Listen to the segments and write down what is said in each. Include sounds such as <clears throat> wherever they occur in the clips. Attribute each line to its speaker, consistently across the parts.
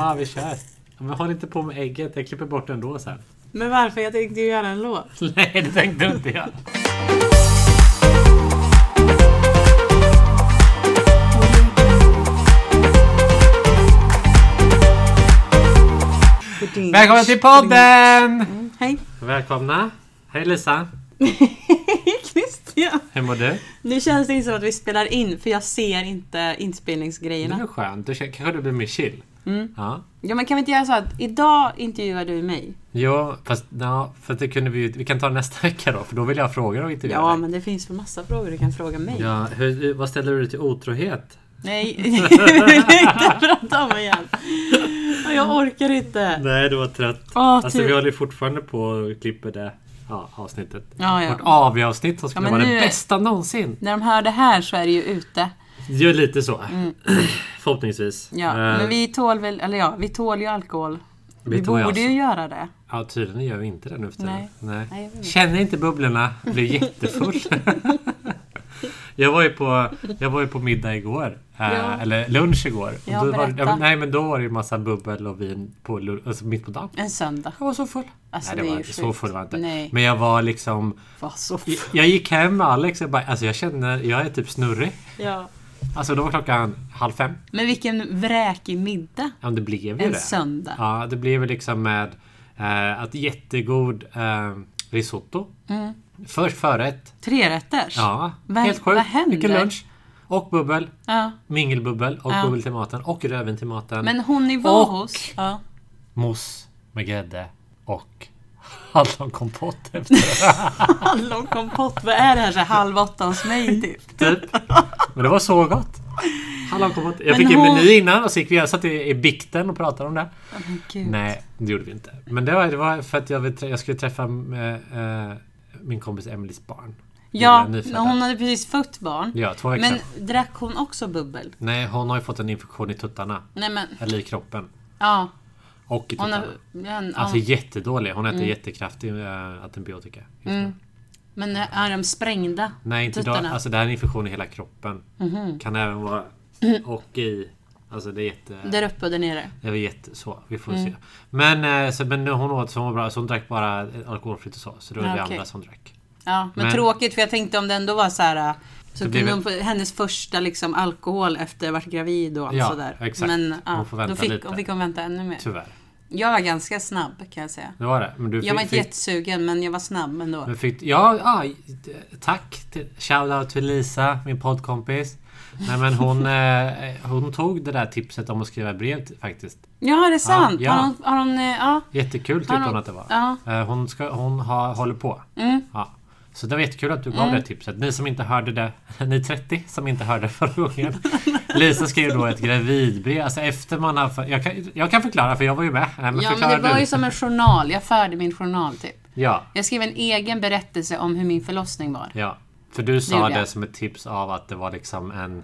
Speaker 1: Ja, vi kör. Ja, Men håll inte på med ägget. Jag klipper bort det ändå sen.
Speaker 2: Men varför? Jag tänkte ju göra en låt.
Speaker 1: <laughs> Nej, det tänkte inte jag. <laughs> Välkommen till podden!
Speaker 2: Hej! <laughs>
Speaker 1: Välkomna. Hej Lisa.
Speaker 2: Christian!
Speaker 1: Hur mår du?
Speaker 2: Nu känns det inte som att vi spelar in för jag ser inte
Speaker 1: Det
Speaker 2: inspelningsgrejerna.
Speaker 1: är skönt. Du kän- kanske du blir mer chill.
Speaker 2: Mm.
Speaker 1: Ja.
Speaker 2: Ja men kan vi inte göra så att idag intervjuar du mig?
Speaker 1: Jo, fast ja, för det kunde vi ju... Vi kan ta nästa <laughs> vecka då, för då vill jag ha frågor och intervjua
Speaker 2: Ja
Speaker 1: dig.
Speaker 2: men det finns för massa frågor du kan fråga mig.
Speaker 1: Ja, hur, vad ställer du dig till otrohet? <laughs>
Speaker 2: Nej, <laughs> jag vill inte prata om igen. Och Jag orkar inte.
Speaker 1: Nej, du var trött.
Speaker 2: Åh, typ.
Speaker 1: alltså,
Speaker 2: tur.
Speaker 1: vi håller ju fortfarande på och klipper det ja, avsnittet.
Speaker 2: Ja,
Speaker 1: Vårt
Speaker 2: ja.
Speaker 1: AV-avsnitt som skulle
Speaker 2: men
Speaker 1: vara
Speaker 2: nu
Speaker 1: det
Speaker 2: är-
Speaker 1: bästa någonsin.
Speaker 2: När de hör det här så är det ju ute.
Speaker 1: Gör lite så. <clears throat> Förhoppningsvis.
Speaker 2: Mm. Ja,
Speaker 1: Eh,
Speaker 2: men vi tål väl, eller ja, vi tål ju alkohol. Vi,
Speaker 1: vet du vad jag
Speaker 2: borde
Speaker 1: sa?
Speaker 2: ju göra det.
Speaker 1: Ja, alltså- tydligen gör vi inte det nu för tiden.
Speaker 2: Nej.
Speaker 1: Nej.
Speaker 2: Nej, jag vet inte.
Speaker 1: Känner inte bubblorna. Blir jättefull. <laughs> jag, var ju på, jag var ju på middag igår. eh,
Speaker 2: Ja.
Speaker 1: Eller lunch igår. Och
Speaker 2: Ja,
Speaker 1: då var,
Speaker 2: berätta.
Speaker 1: ja, men- nej, men då var det ju massa bubbel och vin på, lu- alltså mitt på dagen.
Speaker 2: En söndag.
Speaker 1: Jag var så full.
Speaker 2: Alltså,
Speaker 1: nej,
Speaker 2: det
Speaker 1: det
Speaker 2: är
Speaker 1: var
Speaker 2: ju
Speaker 1: inte så
Speaker 2: sjukt.
Speaker 1: full var jag inte.
Speaker 2: Nej.
Speaker 1: Men jag var liksom...
Speaker 2: Vad så
Speaker 1: Jag, jag gick hem med Alex och bara, alltså jag känner, jag är typ snurrig.
Speaker 2: Ja.
Speaker 1: Alltså då var klockan halv fem.
Speaker 2: Men vilken vräkig middag.
Speaker 1: Ja, men det blev ju
Speaker 2: En
Speaker 1: det.
Speaker 2: söndag.
Speaker 1: Ja, det blev väl liksom med eh, att jättegod eh, risotto.
Speaker 2: Mm.
Speaker 1: Först förrätt.
Speaker 2: Trerätters.
Speaker 1: Ja,
Speaker 2: Vad-
Speaker 1: helt
Speaker 2: vad
Speaker 1: sjukt.
Speaker 2: händer?
Speaker 1: Mycket lunch. Och bubbel.
Speaker 2: Ja.
Speaker 1: Mingelbubbel och
Speaker 2: Ja.
Speaker 1: bubbel till maten. Och rödvin till maten.
Speaker 2: Men hon ni var
Speaker 1: Och-
Speaker 2: hos... <laughs> Ja.
Speaker 1: Mousse med grädde och <laughs> hallonkompott efter.
Speaker 2: Hallonkompott. Vad är det här? Så här halv åtta hos mig typ.
Speaker 1: typ. Men det var så gott. Hallonkompott. Jag
Speaker 2: Men
Speaker 1: fick en
Speaker 2: hon-
Speaker 1: meny innan och så gick vi och satt i, i bikten och pratade om det.
Speaker 2: Men gud.
Speaker 1: Nej, det gjorde vi inte. Men det var, det var för att jag, vill, trä- jag skulle träffa eh, eh, min kompis Emelies barn.
Speaker 2: Ja,
Speaker 1: Lilla nyfödda.
Speaker 2: men hon hade precis fött barn.
Speaker 1: alltså. Ja, två veckor
Speaker 2: Men
Speaker 1: sedan.
Speaker 2: drack hon också bubbel?
Speaker 1: Nej, hon har ju fått en infektion i tuttarna.
Speaker 2: Nej men,
Speaker 1: Eller i kroppen.
Speaker 2: ja.
Speaker 1: Och i
Speaker 2: Hon
Speaker 1: tuttarna.
Speaker 2: har, men, ja. Mm.
Speaker 1: Alltså jättedålig. Hon äter jättekraftig eh, antibiotika. just nu.
Speaker 2: men är de sprängda? Mhm.
Speaker 1: Nej, inte idag.
Speaker 2: tuttarna?
Speaker 1: Alltså det här är en infektion i hela kroppen.
Speaker 2: Mm.
Speaker 1: Kan även vara... Och i... Alltså det är jätte...
Speaker 2: Där uppe och där nere?
Speaker 1: Det var jätte... Så, vi
Speaker 2: Mm.
Speaker 1: får se. Men, eh, så, men nu hon åt så hon var bra. Så hon drack bara alkoholfritt och så. Så det var
Speaker 2: Ja,
Speaker 1: vi
Speaker 2: okej.
Speaker 1: andra som drack.
Speaker 2: Ja, men,
Speaker 1: Men-
Speaker 2: tråkigt för jag tänkte om det ändå var så här. äh, Så
Speaker 1: Det blir
Speaker 2: kunde hon få hennes första liksom, alkohol efter att ha varit gravid och allt
Speaker 1: Ja,
Speaker 2: sådär.
Speaker 1: exakt.
Speaker 2: Men ja,
Speaker 1: Hon får vänta
Speaker 2: då fick,
Speaker 1: lite.
Speaker 2: Hon fick hon vänta ännu mer.
Speaker 1: Tyvärr.
Speaker 2: Jag var ganska snabb kan jag säga.
Speaker 1: Det var det. Men du
Speaker 2: Jag var
Speaker 1: fick,
Speaker 2: inte
Speaker 1: fick,
Speaker 2: jättesugen men jag var snabb ändå.
Speaker 1: Men fick, ja, ja, tack! till- Shoutout till Lisa, min poddkompis. Nej men
Speaker 2: <laughs>
Speaker 1: hon, eh, hon tog det där tipset om att skriva brev till- faktiskt.
Speaker 2: Ja, det är sant.
Speaker 1: ja.
Speaker 2: Har hon... Har hon eh, ja.
Speaker 1: Jättekul tyckte
Speaker 2: Har hon-
Speaker 1: hon att det var.
Speaker 2: ja. mm.
Speaker 1: Eh, Hon, ska, hon har, håller på. Ja. Så det var jättekul att du gav det tipset. Ni som inte hörde det, <laughs> ni 30 som inte hörde förra gången. Lisa skrev då ett gravidbrev. Alltså efter man har... Jag kan, jag kan förklara för jag var ju med. Nej, men
Speaker 2: ja, men
Speaker 1: förklara
Speaker 2: det var
Speaker 1: du.
Speaker 2: ju som en journal. Jag förde min journal typ.
Speaker 1: Ja,
Speaker 2: Jag skrev en egen berättelse om hur min förlossning var.
Speaker 1: Ja, för du
Speaker 2: Det
Speaker 1: sa
Speaker 2: gjorde
Speaker 1: det,
Speaker 2: jag.
Speaker 1: som ett tips av att det var liksom en,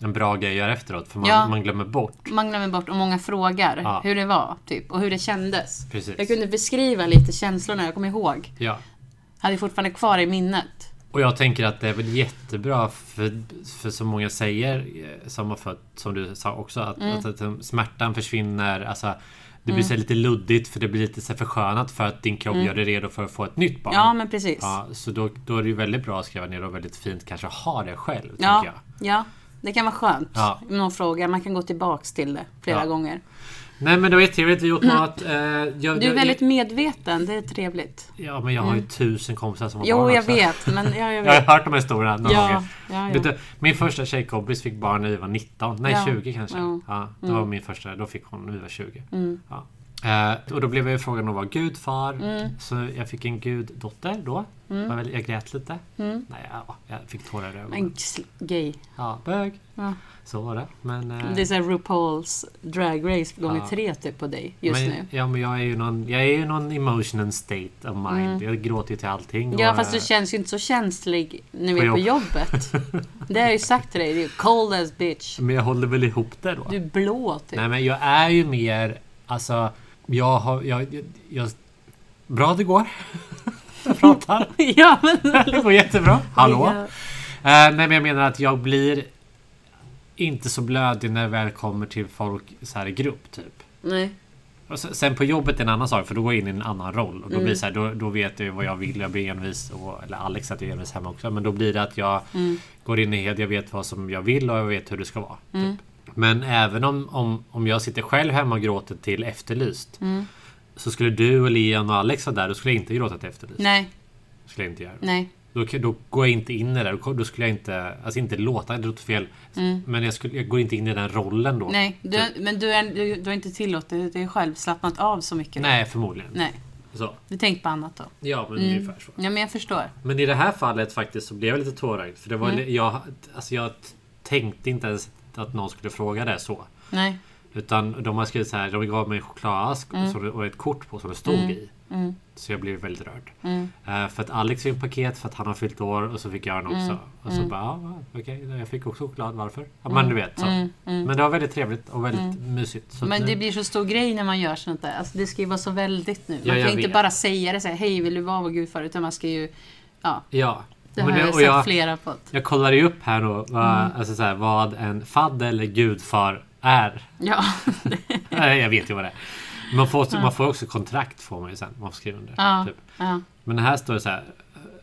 Speaker 1: en bra grej att göra efteråt. För man,
Speaker 2: Ja.
Speaker 1: man glömmer bort.
Speaker 2: Man glömmer bort och många frågar
Speaker 1: Ja.
Speaker 2: hur det var typ och hur det kändes.
Speaker 1: Precis.
Speaker 2: Jag kunde beskriva lite känslorna, jag kommer ihåg.
Speaker 1: Ja.
Speaker 2: Hade ju fortfarande kvar i minnet.
Speaker 1: Och jag tänker att det är väl jättebra för, för som många säger eh, som har fött, som du sa också, att,
Speaker 2: Mm.
Speaker 1: att, att, um, smärtan försvinner. Alltså, det blir så här lite luddigt för det blir lite så här förskönat för att din kropp gör dig redo för att få ett nytt barn.
Speaker 2: Mm. Ja, men precis.
Speaker 1: Ja, så då, då är det ju väldigt bra att skriva ner och väldigt fint kanske att ha det själv.
Speaker 2: Ja,
Speaker 1: Tänker jag.
Speaker 2: ja. Det kan vara skönt.
Speaker 1: Ja.
Speaker 2: Om någon frågar. Man kan gå tillbaks till det flera
Speaker 1: Ja.
Speaker 2: gånger.
Speaker 1: Nej men det var jättetrevligt, vi åt mat. Eh, jag,
Speaker 2: Mm. Du är väldigt medveten. Det är trevligt.
Speaker 1: Ja men jag har ju tusen kompisar som har barn
Speaker 2: Jo, jag
Speaker 1: också.
Speaker 2: vet. Men
Speaker 1: <laughs>
Speaker 2: ja, jag
Speaker 1: Jag har
Speaker 2: vet.
Speaker 1: hört de här historierna några
Speaker 2: Ja,
Speaker 1: gånger.
Speaker 2: ja, ja.
Speaker 1: Vet du, min första tjejkompis fick barn när vi var 19. Nej,
Speaker 2: Ja,
Speaker 1: 20 kanske.
Speaker 2: ja. Mm.
Speaker 1: Ja. det var min första. Då fick hon när vi var 20. Ja. Eh, och då blev jag ju frågan om att vara gudfar.
Speaker 2: Mm.
Speaker 1: Så jag fick en guddotter då. Var väl- Jag grät lite. Nej, ja, jag fick tårar i ögonen.
Speaker 2: Mm. Men sl- gay.
Speaker 1: Ja, bög.
Speaker 2: Ja.
Speaker 1: Så var det. Men, eh,
Speaker 2: Det är såhär RuPaul's Drag Race gånger tre typ på dig just
Speaker 1: men,
Speaker 2: nu.
Speaker 1: Ja, men jag är ju någon, jag är ju någon emotional state of mind. Jag gråter ju till allting.
Speaker 2: Mm. Ja
Speaker 1: och,
Speaker 2: fast du
Speaker 1: eh,
Speaker 2: känns ju inte så känslig när vi
Speaker 1: på
Speaker 2: är på
Speaker 1: jobb. <laughs>
Speaker 2: jobbet. Det har jag ju sagt till dig. Du är cold as bitch.
Speaker 1: men jag håller väl ihop det då.
Speaker 2: Du är blå typ.
Speaker 1: Nej men jag är ju mer, alltså, jag har, jag, jag, jag bra det går. <laughs> jag pratar,
Speaker 2: <laughs> Ja men...
Speaker 1: det går jättebra. Hallå?
Speaker 2: Ja.
Speaker 1: Eh, nej men jag menar att jag blir inte så blödig när jag väl kommer till folk så här i grupp typ.
Speaker 2: Nej.
Speaker 1: Och se- Sen på jobbet är en annan sak för då går jag in i en annan roll. Och då,
Speaker 2: Mm.
Speaker 1: blir det så här, då, då vet jag ju vad jag vill. Jag blir envis. Och, eller Alex att jag är envis hemma också. Men då blir det att jag
Speaker 2: Mm.
Speaker 1: går in i helt. Jag vet vad som jag vill och jag vet hur det ska vara.
Speaker 2: Mm.
Speaker 1: Typ. Men även om, om, om jag sitter själv hemma och gråter till Efterlyst.
Speaker 2: Mm.
Speaker 1: Så skulle du och Leon och Alex vara där. Då skulle jag inte gråta till Efterlyst.
Speaker 2: Nej.
Speaker 1: Skulle jag inte göra.
Speaker 2: Nej.
Speaker 1: Då, kan- då går jag inte in i det. där. Då- Då skulle jag inte... Alltså inte låta. Det låter fel. Men jag, skulle, jag går inte in i den rollen då.
Speaker 2: Mm. Nej.
Speaker 1: Typ.
Speaker 2: Du, men du, är, du, du har inte tillåtit dig själv slappnat av så mycket.
Speaker 1: Nej, förmodligen.
Speaker 2: Nej. Mm.
Speaker 1: Så.
Speaker 2: Du tänkt på annat då.
Speaker 1: Ja, men ungefär så.
Speaker 2: Ja men jag förstår.
Speaker 1: Men i det här fallet faktiskt så blev jag lite tårögd. För det var,
Speaker 2: Mm.
Speaker 1: jag, alltså jag tänkte inte ens att någon skulle fråga det så.
Speaker 2: Nej.
Speaker 1: Utan de har skrivit så här, de gav mig en chokladask
Speaker 2: Mm.
Speaker 1: och så- och ett kort på som det stod i. Så jag blev väldigt rörd.
Speaker 2: Mm.
Speaker 1: Eh, för att Alex fick ett paket för att han har fyllt år och så fick jag en
Speaker 2: Mm.
Speaker 1: också. Och så bara, ja, va, okej, jag fick också choklad, varför? Ja,
Speaker 2: Mm.
Speaker 1: men du vet så. Men det var väldigt trevligt och väldigt mysigt. Så att
Speaker 2: Men
Speaker 1: nu-
Speaker 2: det blir så stor grej när man gör sånt där. Alltså, det ska ju vara så väldigt nu. Man
Speaker 1: Ja,
Speaker 2: kan
Speaker 1: jag
Speaker 2: ju inte
Speaker 1: vet.
Speaker 2: bara säga det så här, hej vill du vara vår gudfar? Utan man ska ju, ja.
Speaker 1: Ja.
Speaker 2: Det
Speaker 1: Men
Speaker 2: har jag
Speaker 1: och
Speaker 2: sett Mm.
Speaker 1: jag-
Speaker 2: flera på. att-
Speaker 1: Jag kollade ju upp här då vad, alltså så här, vad en fadder eller gudfar är.
Speaker 2: Ja. <laughs>
Speaker 1: Nej, jag vet ju vad det är. Man får, också, man får också kontrakt får man ju sen. Man får skriva under.
Speaker 2: Ja.
Speaker 1: Typ.
Speaker 2: ja.
Speaker 1: Men här står det så här.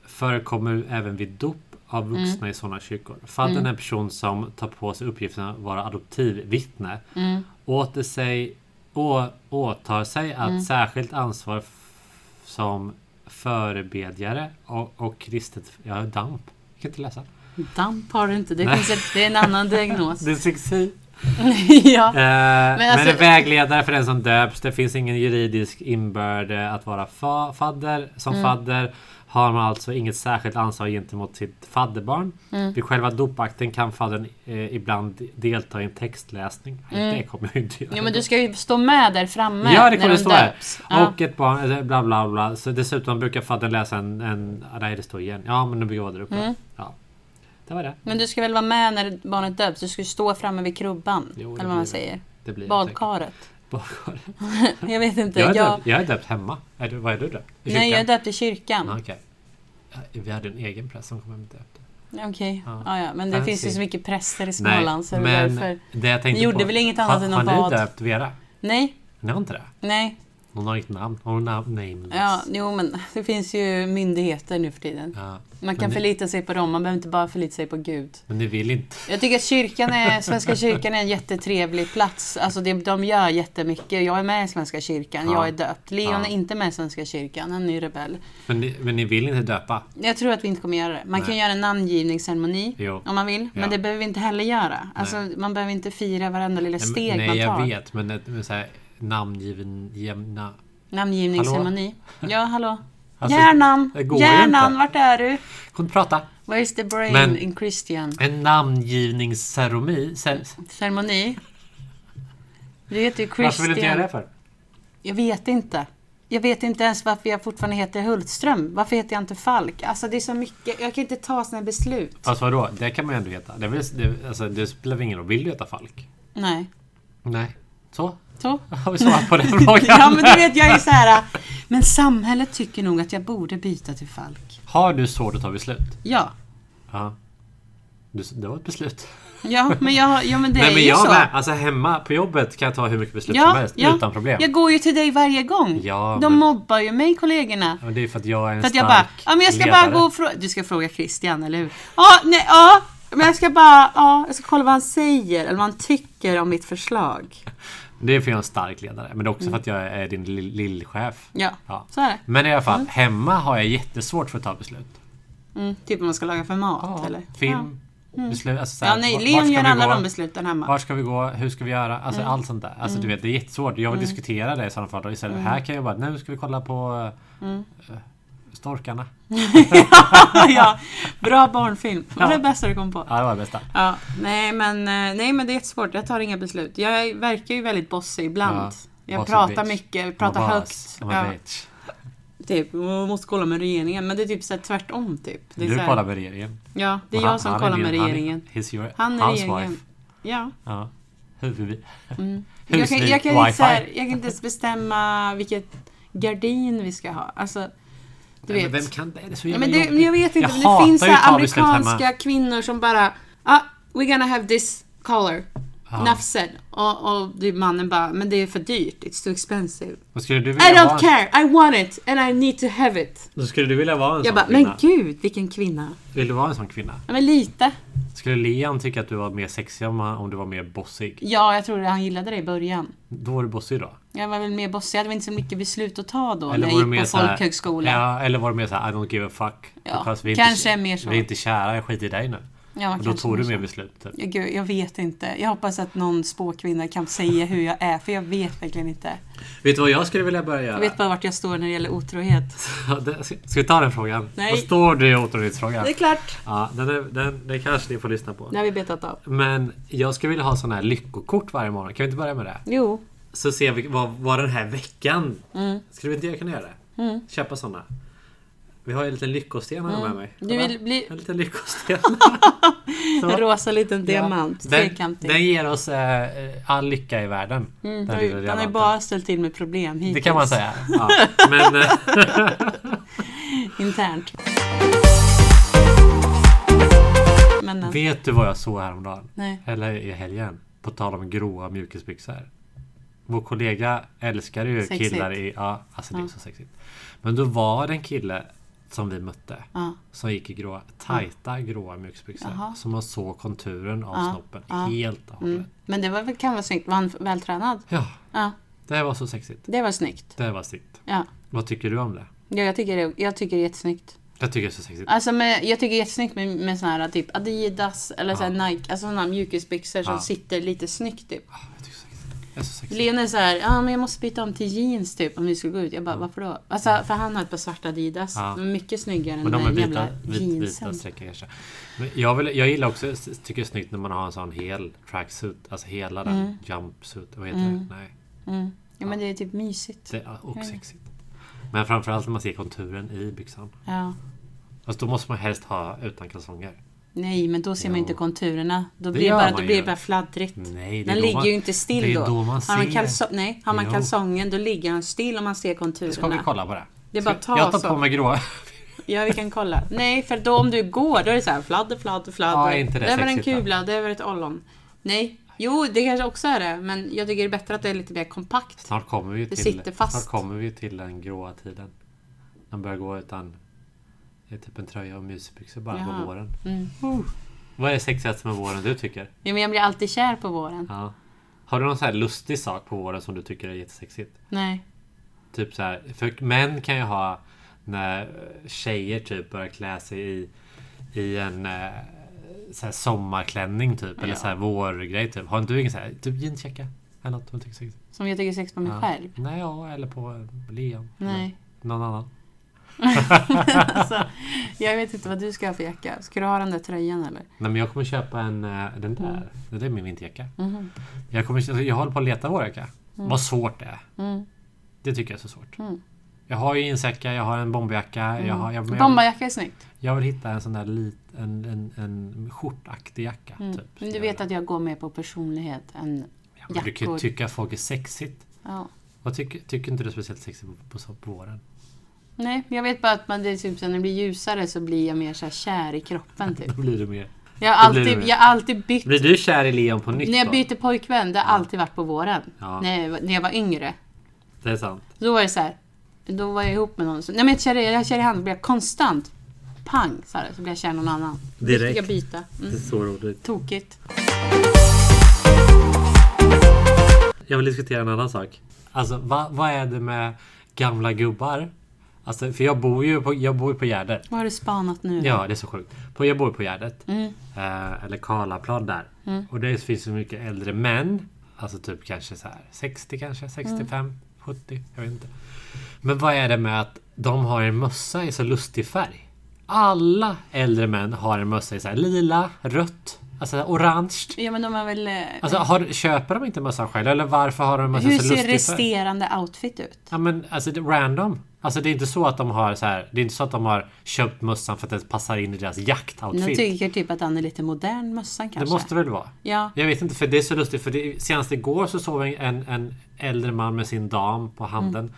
Speaker 1: Förekommer även vid dop av vuxna i sådana kyrkor. Fadern är en person som tar på sig uppgiften att vara adoptivvittne.
Speaker 2: Mm.
Speaker 1: Åter sig, å, åtar sig att särskilt ansvar f- som förebedjare och, och kristet... Ja, damp. Jag kan inte läsa.
Speaker 2: Damp har du inte. Det,
Speaker 1: Nej.
Speaker 2: finns ett, det är en
Speaker 1: <laughs>
Speaker 2: annan diagnos.
Speaker 1: Dyslexi.
Speaker 2: <laughs> ja.
Speaker 1: Eh, men,
Speaker 2: alltså-
Speaker 1: en vägledare för den som döps. Det finns ingen juridisk inbörde att vara fa- fadder. Som
Speaker 2: Mm.
Speaker 1: fadder har man alltså inget särskilt ansvar gentemot sitt fadderbarn.
Speaker 2: Mm.
Speaker 1: Vid själva dopakten kan faddern eh, ibland delta i en textläsning. Nej, Det kommer jag inte göra.
Speaker 2: Jo Mm. men du ska ju stå med där framme
Speaker 1: Ja, det
Speaker 2: när
Speaker 1: kommer
Speaker 2: de
Speaker 1: det stå här.
Speaker 2: döps. Ja.
Speaker 1: Och ett barn, eller bla bla bla. Så dessutom brukar faddern läsa en... en ah, nej, det står igen. Ja, men nu begåvade du upp mm. Ja, Det var det.
Speaker 2: Men du ska väl vara med när barnet döps? Du ska ju stå framme vid krubban.
Speaker 1: Jo, det
Speaker 2: eller vad man
Speaker 1: blir-
Speaker 2: säger.
Speaker 1: det blir
Speaker 2: Badkaret.
Speaker 1: Badkar.
Speaker 2: <laughs> Jag vet inte.
Speaker 1: Jag är,
Speaker 2: Jag,
Speaker 1: döpt, jag är döpt hemma. Är du, vad är du döpt? I
Speaker 2: nej, jag
Speaker 1: kyrkan?
Speaker 2: är döpt i kyrkan.
Speaker 1: Ja, Okej. Vi hade en egen präst som kom hem till efter.
Speaker 2: Okej.
Speaker 1: Ja.
Speaker 2: Ja, ja. Men det
Speaker 1: Fancy.
Speaker 2: finns ju så mycket präster i Småland. så det är
Speaker 1: men
Speaker 2: därför.
Speaker 1: det jag tänkte
Speaker 2: Ni gjorde
Speaker 1: på,
Speaker 2: väl inget annat
Speaker 1: har,
Speaker 2: än
Speaker 1: Har
Speaker 2: att
Speaker 1: ni
Speaker 2: bad?
Speaker 1: döpt Vera?
Speaker 2: Nej,
Speaker 1: Ni har inte det?
Speaker 2: nej.
Speaker 1: Hon har inget namn. Hon har nameless.
Speaker 2: Ja, jo, men det finns ju myndigheter nu för tiden.
Speaker 1: Ja.
Speaker 2: Man kan
Speaker 1: ni-
Speaker 2: förlita sig på dem, man behöver inte bara förlita sig på Gud.
Speaker 1: Men ni vill inte.
Speaker 2: Jag tycker att kyrkan
Speaker 1: <laughs>
Speaker 2: är, Svenska kyrkan är en jättetrevlig plats. Alltså det, de gör jättemycket. Jag är med i Svenska kyrkan,
Speaker 1: Ja.
Speaker 2: jag är döpt. Leon
Speaker 1: Ja.
Speaker 2: är inte med i Svenska kyrkan, han är ju rebell.
Speaker 1: Men ni, men ni vill inte döpa?
Speaker 2: Jag tror att vi inte kommer göra det. Man kan
Speaker 1: Nej.
Speaker 2: göra en namngivningsceremoni
Speaker 1: Jo.
Speaker 2: om man vill, men
Speaker 1: Ja.
Speaker 2: det behöver vi inte heller göra. Alltså, man behöver inte fira varenda lilla
Speaker 1: Nej, men-
Speaker 2: steg
Speaker 1: Nej,
Speaker 2: man
Speaker 1: jag
Speaker 2: tar.
Speaker 1: vet. Men, ett- men så här, namngiven jämna...
Speaker 2: Namngivningsceremoni. Ja, hallå?
Speaker 1: <laughs> Alltså,
Speaker 2: Hjärnan!
Speaker 1: det går ju
Speaker 2: Hjärnan,
Speaker 1: inte.
Speaker 2: vart är du?
Speaker 1: Kom prata.
Speaker 2: Where's the brain
Speaker 1: Men-
Speaker 2: in Christian?
Speaker 1: En namngivningsceremoni. Cer-
Speaker 2: Ceremoni? Du heter ju Christian.
Speaker 1: Varför vill du inte göra det för?
Speaker 2: Jag vet inte. Jag vet inte ens varför jag fortfarande heter Hultström. Varför heter jag inte Falk? Alltså det är så mycket. Jag kan inte ta sådana här beslut.
Speaker 1: Fast vadå? Det kan man ju ändå heta. Det, är väl- det, alltså, det spelar väl ingen roll. Vill du heta Falk?
Speaker 2: Nej.
Speaker 1: Nej. Så? <laughs>
Speaker 2: Så.
Speaker 1: Har vi svarat
Speaker 2: <laughs>
Speaker 1: på den frågan?
Speaker 2: Ja men du vet jag är så här. äh, Men samhället tycker nog att jag borde byta till Falk.
Speaker 1: Har du svårt att ta beslut?
Speaker 2: Ja.
Speaker 1: Ja. Du, det var ett beslut.
Speaker 2: Ja men, jag, ja, men det
Speaker 1: Nej
Speaker 2: är
Speaker 1: men
Speaker 2: ju
Speaker 1: jag
Speaker 2: så.
Speaker 1: med. Alltså hemma på jobbet kan jag ta hur mycket beslut som helst utan problem.
Speaker 2: Jag går ju till dig varje gång.
Speaker 1: Ja,
Speaker 2: De
Speaker 1: men-
Speaker 2: mobbar ju mig kollegorna.
Speaker 1: Men det är för att jag är en
Speaker 2: För att
Speaker 1: stark
Speaker 2: jag bara, ja men jag ska
Speaker 1: ledare.
Speaker 2: bara gå och fråga. Du ska fråga Christian, eller hur? Ja, nej, ja. Men jag ska bara, ja, jag ska kolla vad han säger eller vad han tycker om mitt förslag.
Speaker 1: Det är för att jag är en stark ledare. Men det är också för att jag är din lill- lillchef.
Speaker 2: Mm. Ja,
Speaker 1: Ja.
Speaker 2: så är det.
Speaker 1: Men i alla fall, hemma har jag jättesvårt för att ta beslut.
Speaker 2: Mm, typ om man ska laga för mat eller?
Speaker 1: Film, beslut. Alltså så
Speaker 2: Ja,
Speaker 1: här,
Speaker 2: ja nej,
Speaker 1: vart
Speaker 2: Leon
Speaker 1: ska
Speaker 2: gör
Speaker 1: vi
Speaker 2: alla
Speaker 1: gå?
Speaker 2: de besluten Mm. hemma.
Speaker 1: Vart ska vi gå? Hur ska vi göra? Alltså allt sånt där. Alltså du vet, det är jättesvårt.
Speaker 2: Mm.
Speaker 1: Jag vill diskutera det i sådana fall. då. Istället här kan jag bara, nu ska vi kolla på
Speaker 2: Mm.
Speaker 1: eh, Storkarna.
Speaker 2: <laughs> ja, bra barnfilm. Det var det bästa du kom på.
Speaker 1: Ja, det var det bästa.
Speaker 2: Ja, nej, men, eh, nej men det är jättesvårt, jag tar inga beslut. Jag verkar ju väldigt bossig ibland. jag
Speaker 1: Boss
Speaker 2: pratar
Speaker 1: bitch.
Speaker 2: mycket, jag
Speaker 1: I'm a
Speaker 2: pratar
Speaker 1: boss.
Speaker 2: högt.
Speaker 1: I'm a
Speaker 2: Ja,
Speaker 1: bitch.
Speaker 2: typ, man måste kolla med regeringen. Men det är typ så här tvärtom. Typ. Det är
Speaker 1: Du
Speaker 2: så här,
Speaker 1: kollar med regeringen.
Speaker 2: Ja, det är
Speaker 1: Och
Speaker 2: jag
Speaker 1: han-
Speaker 2: som
Speaker 1: han är
Speaker 2: kollar
Speaker 1: din-
Speaker 2: med
Speaker 1: han är-
Speaker 2: regeringen.
Speaker 1: He's your,
Speaker 2: Han är
Speaker 1: hans
Speaker 2: regeringen.
Speaker 1: wife.
Speaker 2: Ja.
Speaker 1: Ja. Husby. <laughs>
Speaker 2: Jag kan, jag, kan inte,
Speaker 1: wifi.
Speaker 2: så här, jag kan inte ens bestämma vilket gardin vi ska ha. Alltså, du
Speaker 1: Nej, men
Speaker 2: vet.
Speaker 1: vem kan det? Det är så
Speaker 2: Ja,
Speaker 1: jävla
Speaker 2: men det, men
Speaker 1: jobbigt.
Speaker 2: jag vet inte,
Speaker 1: Jag
Speaker 2: men det
Speaker 1: hatar
Speaker 2: finns så
Speaker 1: ju att
Speaker 2: här
Speaker 1: ta beslut hemma.
Speaker 2: amerikanska kvinnor som bara ah, We're gonna have this color. Nafsen. Och, och det- mannen bara, men det är för dyrt. It's too expensive.
Speaker 1: Vad skulle du
Speaker 2: I
Speaker 1: vilja
Speaker 2: don't
Speaker 1: vara?
Speaker 2: care, I want it and I need to have it.
Speaker 1: Då skulle du vilja vara en
Speaker 2: Jag
Speaker 1: sån
Speaker 2: bara, men
Speaker 1: kvinna?
Speaker 2: gud vilken kvinna.
Speaker 1: Vill du vara en sån kvinna?
Speaker 2: Ja, men lite.
Speaker 1: Skulle Leon tycka att du var mer sexig om, om du var mer bossig?
Speaker 2: Ja, jag tror att han gillade det i början.
Speaker 1: Då var du bossig då?
Speaker 2: Jag var väl mer bossig, jag hade väl inte så mycket beslut att ta då
Speaker 1: Eller
Speaker 2: när
Speaker 1: var du
Speaker 2: jag gick
Speaker 1: mer
Speaker 2: på
Speaker 1: så här-
Speaker 2: folkhögskola. Ja,
Speaker 1: Ja, eller var du mer såhär I don't give a fuck.
Speaker 2: Ja,
Speaker 1: Because
Speaker 2: kanske
Speaker 1: inte,
Speaker 2: mer så.
Speaker 1: Vi är inte kära, jag skiter i dig nu. Och då
Speaker 2: kanske
Speaker 1: tog du
Speaker 2: så.
Speaker 1: mer beslut. Typ.
Speaker 2: Ja, Gud, jag vet inte. Jag hoppas att någon spåkvinna kan säga hur jag är, för jag vet verkligen inte.
Speaker 1: Vet du vad jag skulle vilja börja göra?
Speaker 2: Jag vet bara vart jag står när det gäller otrohet.
Speaker 1: <laughs> Ja, det- Ska ska vi ta den frågan?
Speaker 2: Nej.
Speaker 1: Vad står det i återvinningsfrågan?
Speaker 2: klart.
Speaker 1: Ja, den, är, den, den kanske ni får lyssna på.
Speaker 2: Det har vi betat av.
Speaker 1: Men jag skulle vilja ha såna här lyckokort varje morgon. Kan vi inte börja med det?
Speaker 2: Jo.
Speaker 1: Så ser vi vad, vad den här veckan...
Speaker 2: Mm.
Speaker 1: Skulle vi inte kunna göra det? Köpa såna. Vi har ju en liten lyckosten här med mig.
Speaker 2: Mm. Du vill
Speaker 1: Kolla.
Speaker 2: bli-
Speaker 1: En liten
Speaker 2: <laughs>
Speaker 1: lyckosten.
Speaker 2: En rosa liten diamant.
Speaker 1: Ja. Den,
Speaker 2: Trekantig.
Speaker 1: den ger oss eh, all lycka i världen.
Speaker 2: Mm,
Speaker 1: den
Speaker 2: har
Speaker 1: lilla
Speaker 2: ju- Den har ju
Speaker 1: diamanten.
Speaker 2: bara ställt till med problem hittills.
Speaker 1: Det kan man säga. Ja. Men, eh,
Speaker 2: Internt. Men eh,
Speaker 1: vet du vad jag såg häromdagen?
Speaker 2: nej.
Speaker 1: Eller i helgen. På tal om gråa mjukisbyxor. Vår kollega älskar ju
Speaker 2: Sexigt.
Speaker 1: killar i... Ja, alltså det är så sexigt. Men då var det en kille som vi mötte.
Speaker 2: Ja.
Speaker 1: Som gick i gråa, tajta gråa mjukisbyxor. Så man såg konturen av snoppen helt och hållet.
Speaker 2: mm. Men det var väl kan vara snyggt. Var han vältränad?
Speaker 1: Ja,
Speaker 2: Ja,
Speaker 1: det här var så sexigt.
Speaker 2: det var snyggt.
Speaker 1: Det här var sitt.
Speaker 2: Ja,
Speaker 1: Vad tycker du om det?
Speaker 2: ja jag, tycker det, jag tycker det är jättesnyggt.
Speaker 1: Jag tycker det är så sexigt.
Speaker 2: Alltså med, jag tycker det är jättesnyggt med, med såna här typ Adidas eller så här Nike, alltså såna här mjukisbyxor som
Speaker 1: Ja.
Speaker 2: sitter lite snyggt typ.
Speaker 1: Jag tycker det är så sexigt. Det är så sexigt.
Speaker 2: Leon är så här, ja men jag måste byta om till jeans typ om vi skulle gå ut. Jag bara, varför då? Alltså för han har ett par svarta Adidas,
Speaker 1: Mm. Ja.
Speaker 2: De är mycket snyggare än
Speaker 1: Men
Speaker 2: de
Speaker 1: de är
Speaker 2: här
Speaker 1: vita,
Speaker 2: jävla
Speaker 1: vit, vita
Speaker 2: jeansen.
Speaker 1: streckar kanske. Men jag, vill, jag gillar också, tycker det är snyggt när man har en sån hel tracksuit. Alltså hela den
Speaker 2: Mm.
Speaker 1: jumpsuit. Vad heter det? Nej.
Speaker 2: Ja men det är typ mysigt.
Speaker 1: Det, är- och sexigt. Men framförallt när man ser konturen i byxan.
Speaker 2: Ja.
Speaker 1: Alltså då måste man helst ha utan kalsonger.
Speaker 2: Nej men då ser man
Speaker 1: Jo.
Speaker 2: inte konturerna. Då blir det,
Speaker 1: gör
Speaker 2: bara,
Speaker 1: man
Speaker 2: då
Speaker 1: ju.
Speaker 2: blir det bara fladdrigt.
Speaker 1: Nej, det är
Speaker 2: den
Speaker 1: då
Speaker 2: ligger
Speaker 1: man-
Speaker 2: ju inte still
Speaker 1: det är
Speaker 2: då.
Speaker 1: då man
Speaker 2: har man
Speaker 1: ser.
Speaker 2: kalso- Nej, har man
Speaker 1: Jo.
Speaker 2: kalsongen då ligger han still och man ser
Speaker 1: Ska vi
Speaker 2: konturerna.
Speaker 1: kolla på det?
Speaker 2: Det är
Speaker 1: Ska-
Speaker 2: bara att ta
Speaker 1: jag tar
Speaker 2: så.
Speaker 1: på mig gråa.
Speaker 2: Ja vi kan kolla. Nej för då om du går då är det så här fladder, fladder, fladder.
Speaker 1: Ja, är inte det
Speaker 2: där var en
Speaker 1: sexigt, va?
Speaker 2: kula, där var ett ollon. Nej. Jo det kanske också är det. Men jag tycker det är bättre att det är lite mer kompakt.
Speaker 1: Snart kommer vi
Speaker 2: Det
Speaker 1: till,
Speaker 2: sitter fast.
Speaker 1: Snart kommer vi till den gråa tiden. Man börjar gå utan det är typ en tröja och mysbyxor bara
Speaker 2: Jaha.
Speaker 1: på våren.
Speaker 2: Mm.
Speaker 1: Vad är sexigast med våren du tycker?
Speaker 2: Ja, men jag blir alltid kär på våren.
Speaker 1: Ja. Har du någon sån här lustig sak på våren som du tycker är jättesexigt?
Speaker 2: Nej.
Speaker 1: Typ så här, för män kan ju ha när tjejer typ börjar klä sig i, i en eh, så här sommarklänning typ. Eller
Speaker 2: Ja.
Speaker 1: så här vårgrej typ. Har inte du ingen så här typ jeansjacka? Eller något du tycker är sexigt?
Speaker 2: Som jag tycker är sex på mig
Speaker 1: Ja.
Speaker 2: själv.
Speaker 1: Nej, ja, eller på Leon. Eller
Speaker 2: Nej.
Speaker 1: Någon annan.
Speaker 2: <laughs> alltså, jag vet inte vad du ska ha för jacka. Ska du ha den där tröjan eller?
Speaker 1: Nej men jag kommer köpa en, eh, den där.
Speaker 2: Mm.
Speaker 1: Det där är min vinterjacka. Jag, kommer, alltså, jag håller på att leta vårjacka. Vad svårt det är.
Speaker 2: Mm.
Speaker 1: Det tycker jag är så svårt. Jag har ju jeansjacka, jag har en bomberjacka.
Speaker 2: Mm.
Speaker 1: Jag, har, jag, men jag,
Speaker 2: Bomberjacka är snyggt.
Speaker 1: jag vill hitta en sån där lit, en, en, en skjortaktig jacka. Typ,
Speaker 2: Mm. Men du vet att jag går mer på personlighet än...
Speaker 1: ja, men Du kan
Speaker 2: jackor-
Speaker 1: ju tycka att folk är sexigt.
Speaker 2: Ja.
Speaker 1: Vad tycker, tycker inte du är speciellt sexigt på, på, på
Speaker 2: <laughs>
Speaker 1: våren?
Speaker 2: Nej, jag vet bara att man, det är typ, så när det blir ljusare så blir jag mer så här kär i kroppen typ.
Speaker 1: Då blir du mer...
Speaker 2: Jag har
Speaker 1: Då blir
Speaker 2: alltid,
Speaker 1: du-
Speaker 2: jag har alltid bytt.
Speaker 1: Blir du kär i Leon på nytt
Speaker 2: När jag
Speaker 1: då?
Speaker 2: byter pojkvän, det har alltid varit på våren.
Speaker 1: Ja.
Speaker 2: När, jag, var- när jag var yngre.
Speaker 1: Det är sant.
Speaker 2: Då var det så här. Då var jag ihop med någon. Så, nej men jag kär, i- jag är kär i han, då blir jag konstant pang så, här, så blir jag kär i någon annan.
Speaker 1: Direkt.
Speaker 2: Jag byta. Mm,
Speaker 1: Det är så roligt.
Speaker 2: tokigt.
Speaker 1: Jag vill diskutera en annan sak. Alltså va, vad är det med gamla gubbar? Alltså för jag bor ju på, jag bor ju på Gärdet.
Speaker 2: Vad har du spanat nu?
Speaker 1: Ja det är så sjukt. På, jag bor på Gärdet.
Speaker 2: Mm.
Speaker 1: Eh, eller Karlaplan där. Och det finns så mycket äldre män. Alltså typ kanske så här 60 kanske, 65,
Speaker 2: Mm.
Speaker 1: 70. Jag vet inte. Men vad är det med att de har en mössa i så lustig färg? Alla äldre män har en mössa i så här lila, rött, alltså orange.
Speaker 2: Ja men de har väl... eh,
Speaker 1: Alltså har, köper de inte mössan själv? Eller varför har de en mössa i
Speaker 2: Hur
Speaker 1: så lustig
Speaker 2: ser
Speaker 1: färg?
Speaker 2: resterande outfit ut?
Speaker 1: Ja men alltså det är random. Alltså det är inte så att de har så här, Det är inte så att de har köpt mössan för att det passar in i deras
Speaker 2: Jag
Speaker 1: jaktoutfit.
Speaker 2: tycker typ att han är lite modern mössan kanske.
Speaker 1: det måste väl vara?
Speaker 2: Ja.
Speaker 1: Jag vet inte för det är så
Speaker 2: Mm.
Speaker 1: lustigt för det, senast igår så såg jag en, en äldre man med sin dam på handen.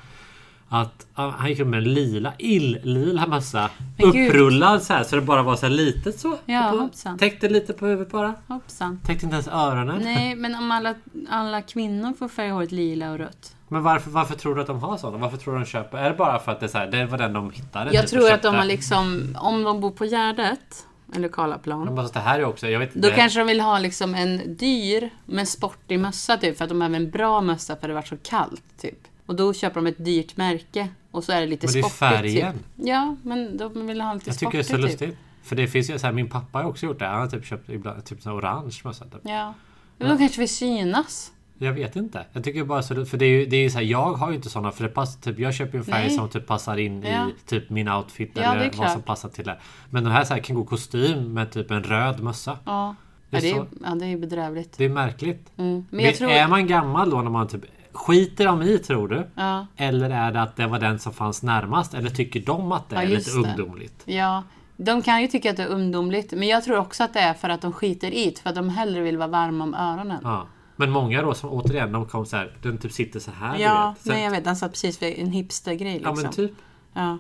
Speaker 1: Att ja, han gick runt med en lila, illlila mössa.
Speaker 2: Men gud.
Speaker 1: Upprullad så här så det bara var så här litet så.
Speaker 2: Ja,
Speaker 1: på,
Speaker 2: hoppsan.
Speaker 1: täckte lite på huvudet bara.
Speaker 2: Hoppsan.
Speaker 1: Täckte inte ens öronen.
Speaker 2: Nej, men om alla, alla kvinnor får färga håret lila och rött.
Speaker 1: Men varför, varför tror du att de har sådana? Varför tror du de köper? Är det bara för att det, är så här, det var den de hittade?
Speaker 2: Jag
Speaker 1: typ,
Speaker 2: tror
Speaker 1: och
Speaker 2: att de
Speaker 1: köpte?
Speaker 2: har liksom, om de bor på Gärdet, eller Karlaplan,
Speaker 1: De bara, så det här är också... Jag vet
Speaker 2: då
Speaker 1: inte.
Speaker 2: kanske de vill ha liksom en dyr men sportig mössa typ, för att de behöver en bra mössa för att det har varit så kallt typ. Och då köper de ett dyrt märke och så är det lite
Speaker 1: Men det är
Speaker 2: sportigt.
Speaker 1: färgen.
Speaker 2: Typ. Ja, men de vill ha lite
Speaker 1: jag tycker det är
Speaker 2: sportigt
Speaker 1: så lustigt.
Speaker 2: typ.
Speaker 1: För det finns ju så här, min pappa har också gjort det. Han har typ köpt ibland, typ sån här orange mössa. Typ.
Speaker 2: Ja. Men de kanske vill synas.
Speaker 1: Jag vet inte. Jag tycker bara så... För det är ju det är ju så här, jag har ju inte såna. För det passar, typ, jag köper ju en färg
Speaker 2: Nej.
Speaker 1: som typ passar in
Speaker 2: Ja.
Speaker 1: i typ min outfit.
Speaker 2: Ja, det är
Speaker 1: eller vad
Speaker 2: klart.
Speaker 1: som passar till det. Men den här, så här kan gå i kostym med typ en röd mössa.
Speaker 2: Ja,
Speaker 1: Det
Speaker 2: ja,
Speaker 1: är
Speaker 2: det, är,
Speaker 1: så.
Speaker 2: ja, det är bedrövligt.
Speaker 1: Det är märkligt.
Speaker 2: Mm. Men
Speaker 1: Men
Speaker 2: jag tror...
Speaker 1: Är man gammal då när man typ... Skiter de i tror du?
Speaker 2: Ja.
Speaker 1: Eller är det att det var den som fanns närmast? Eller tycker de att det
Speaker 2: Ja,
Speaker 1: är
Speaker 2: just
Speaker 1: lite
Speaker 2: det.
Speaker 1: ungdomligt?
Speaker 2: Ja, de kan ju tycka att det är ungdomligt, men jag tror också att det är för att de skiter i det, för att de hellre vill vara varma om öronen. Ja,
Speaker 1: Ja. Men många då som återigen, de kom så här, den typ sitter så här. du vet. Sen,
Speaker 2: nej jag vet, han satt precis vid en hipstergrej liksom.
Speaker 1: ja men typ.
Speaker 2: ja,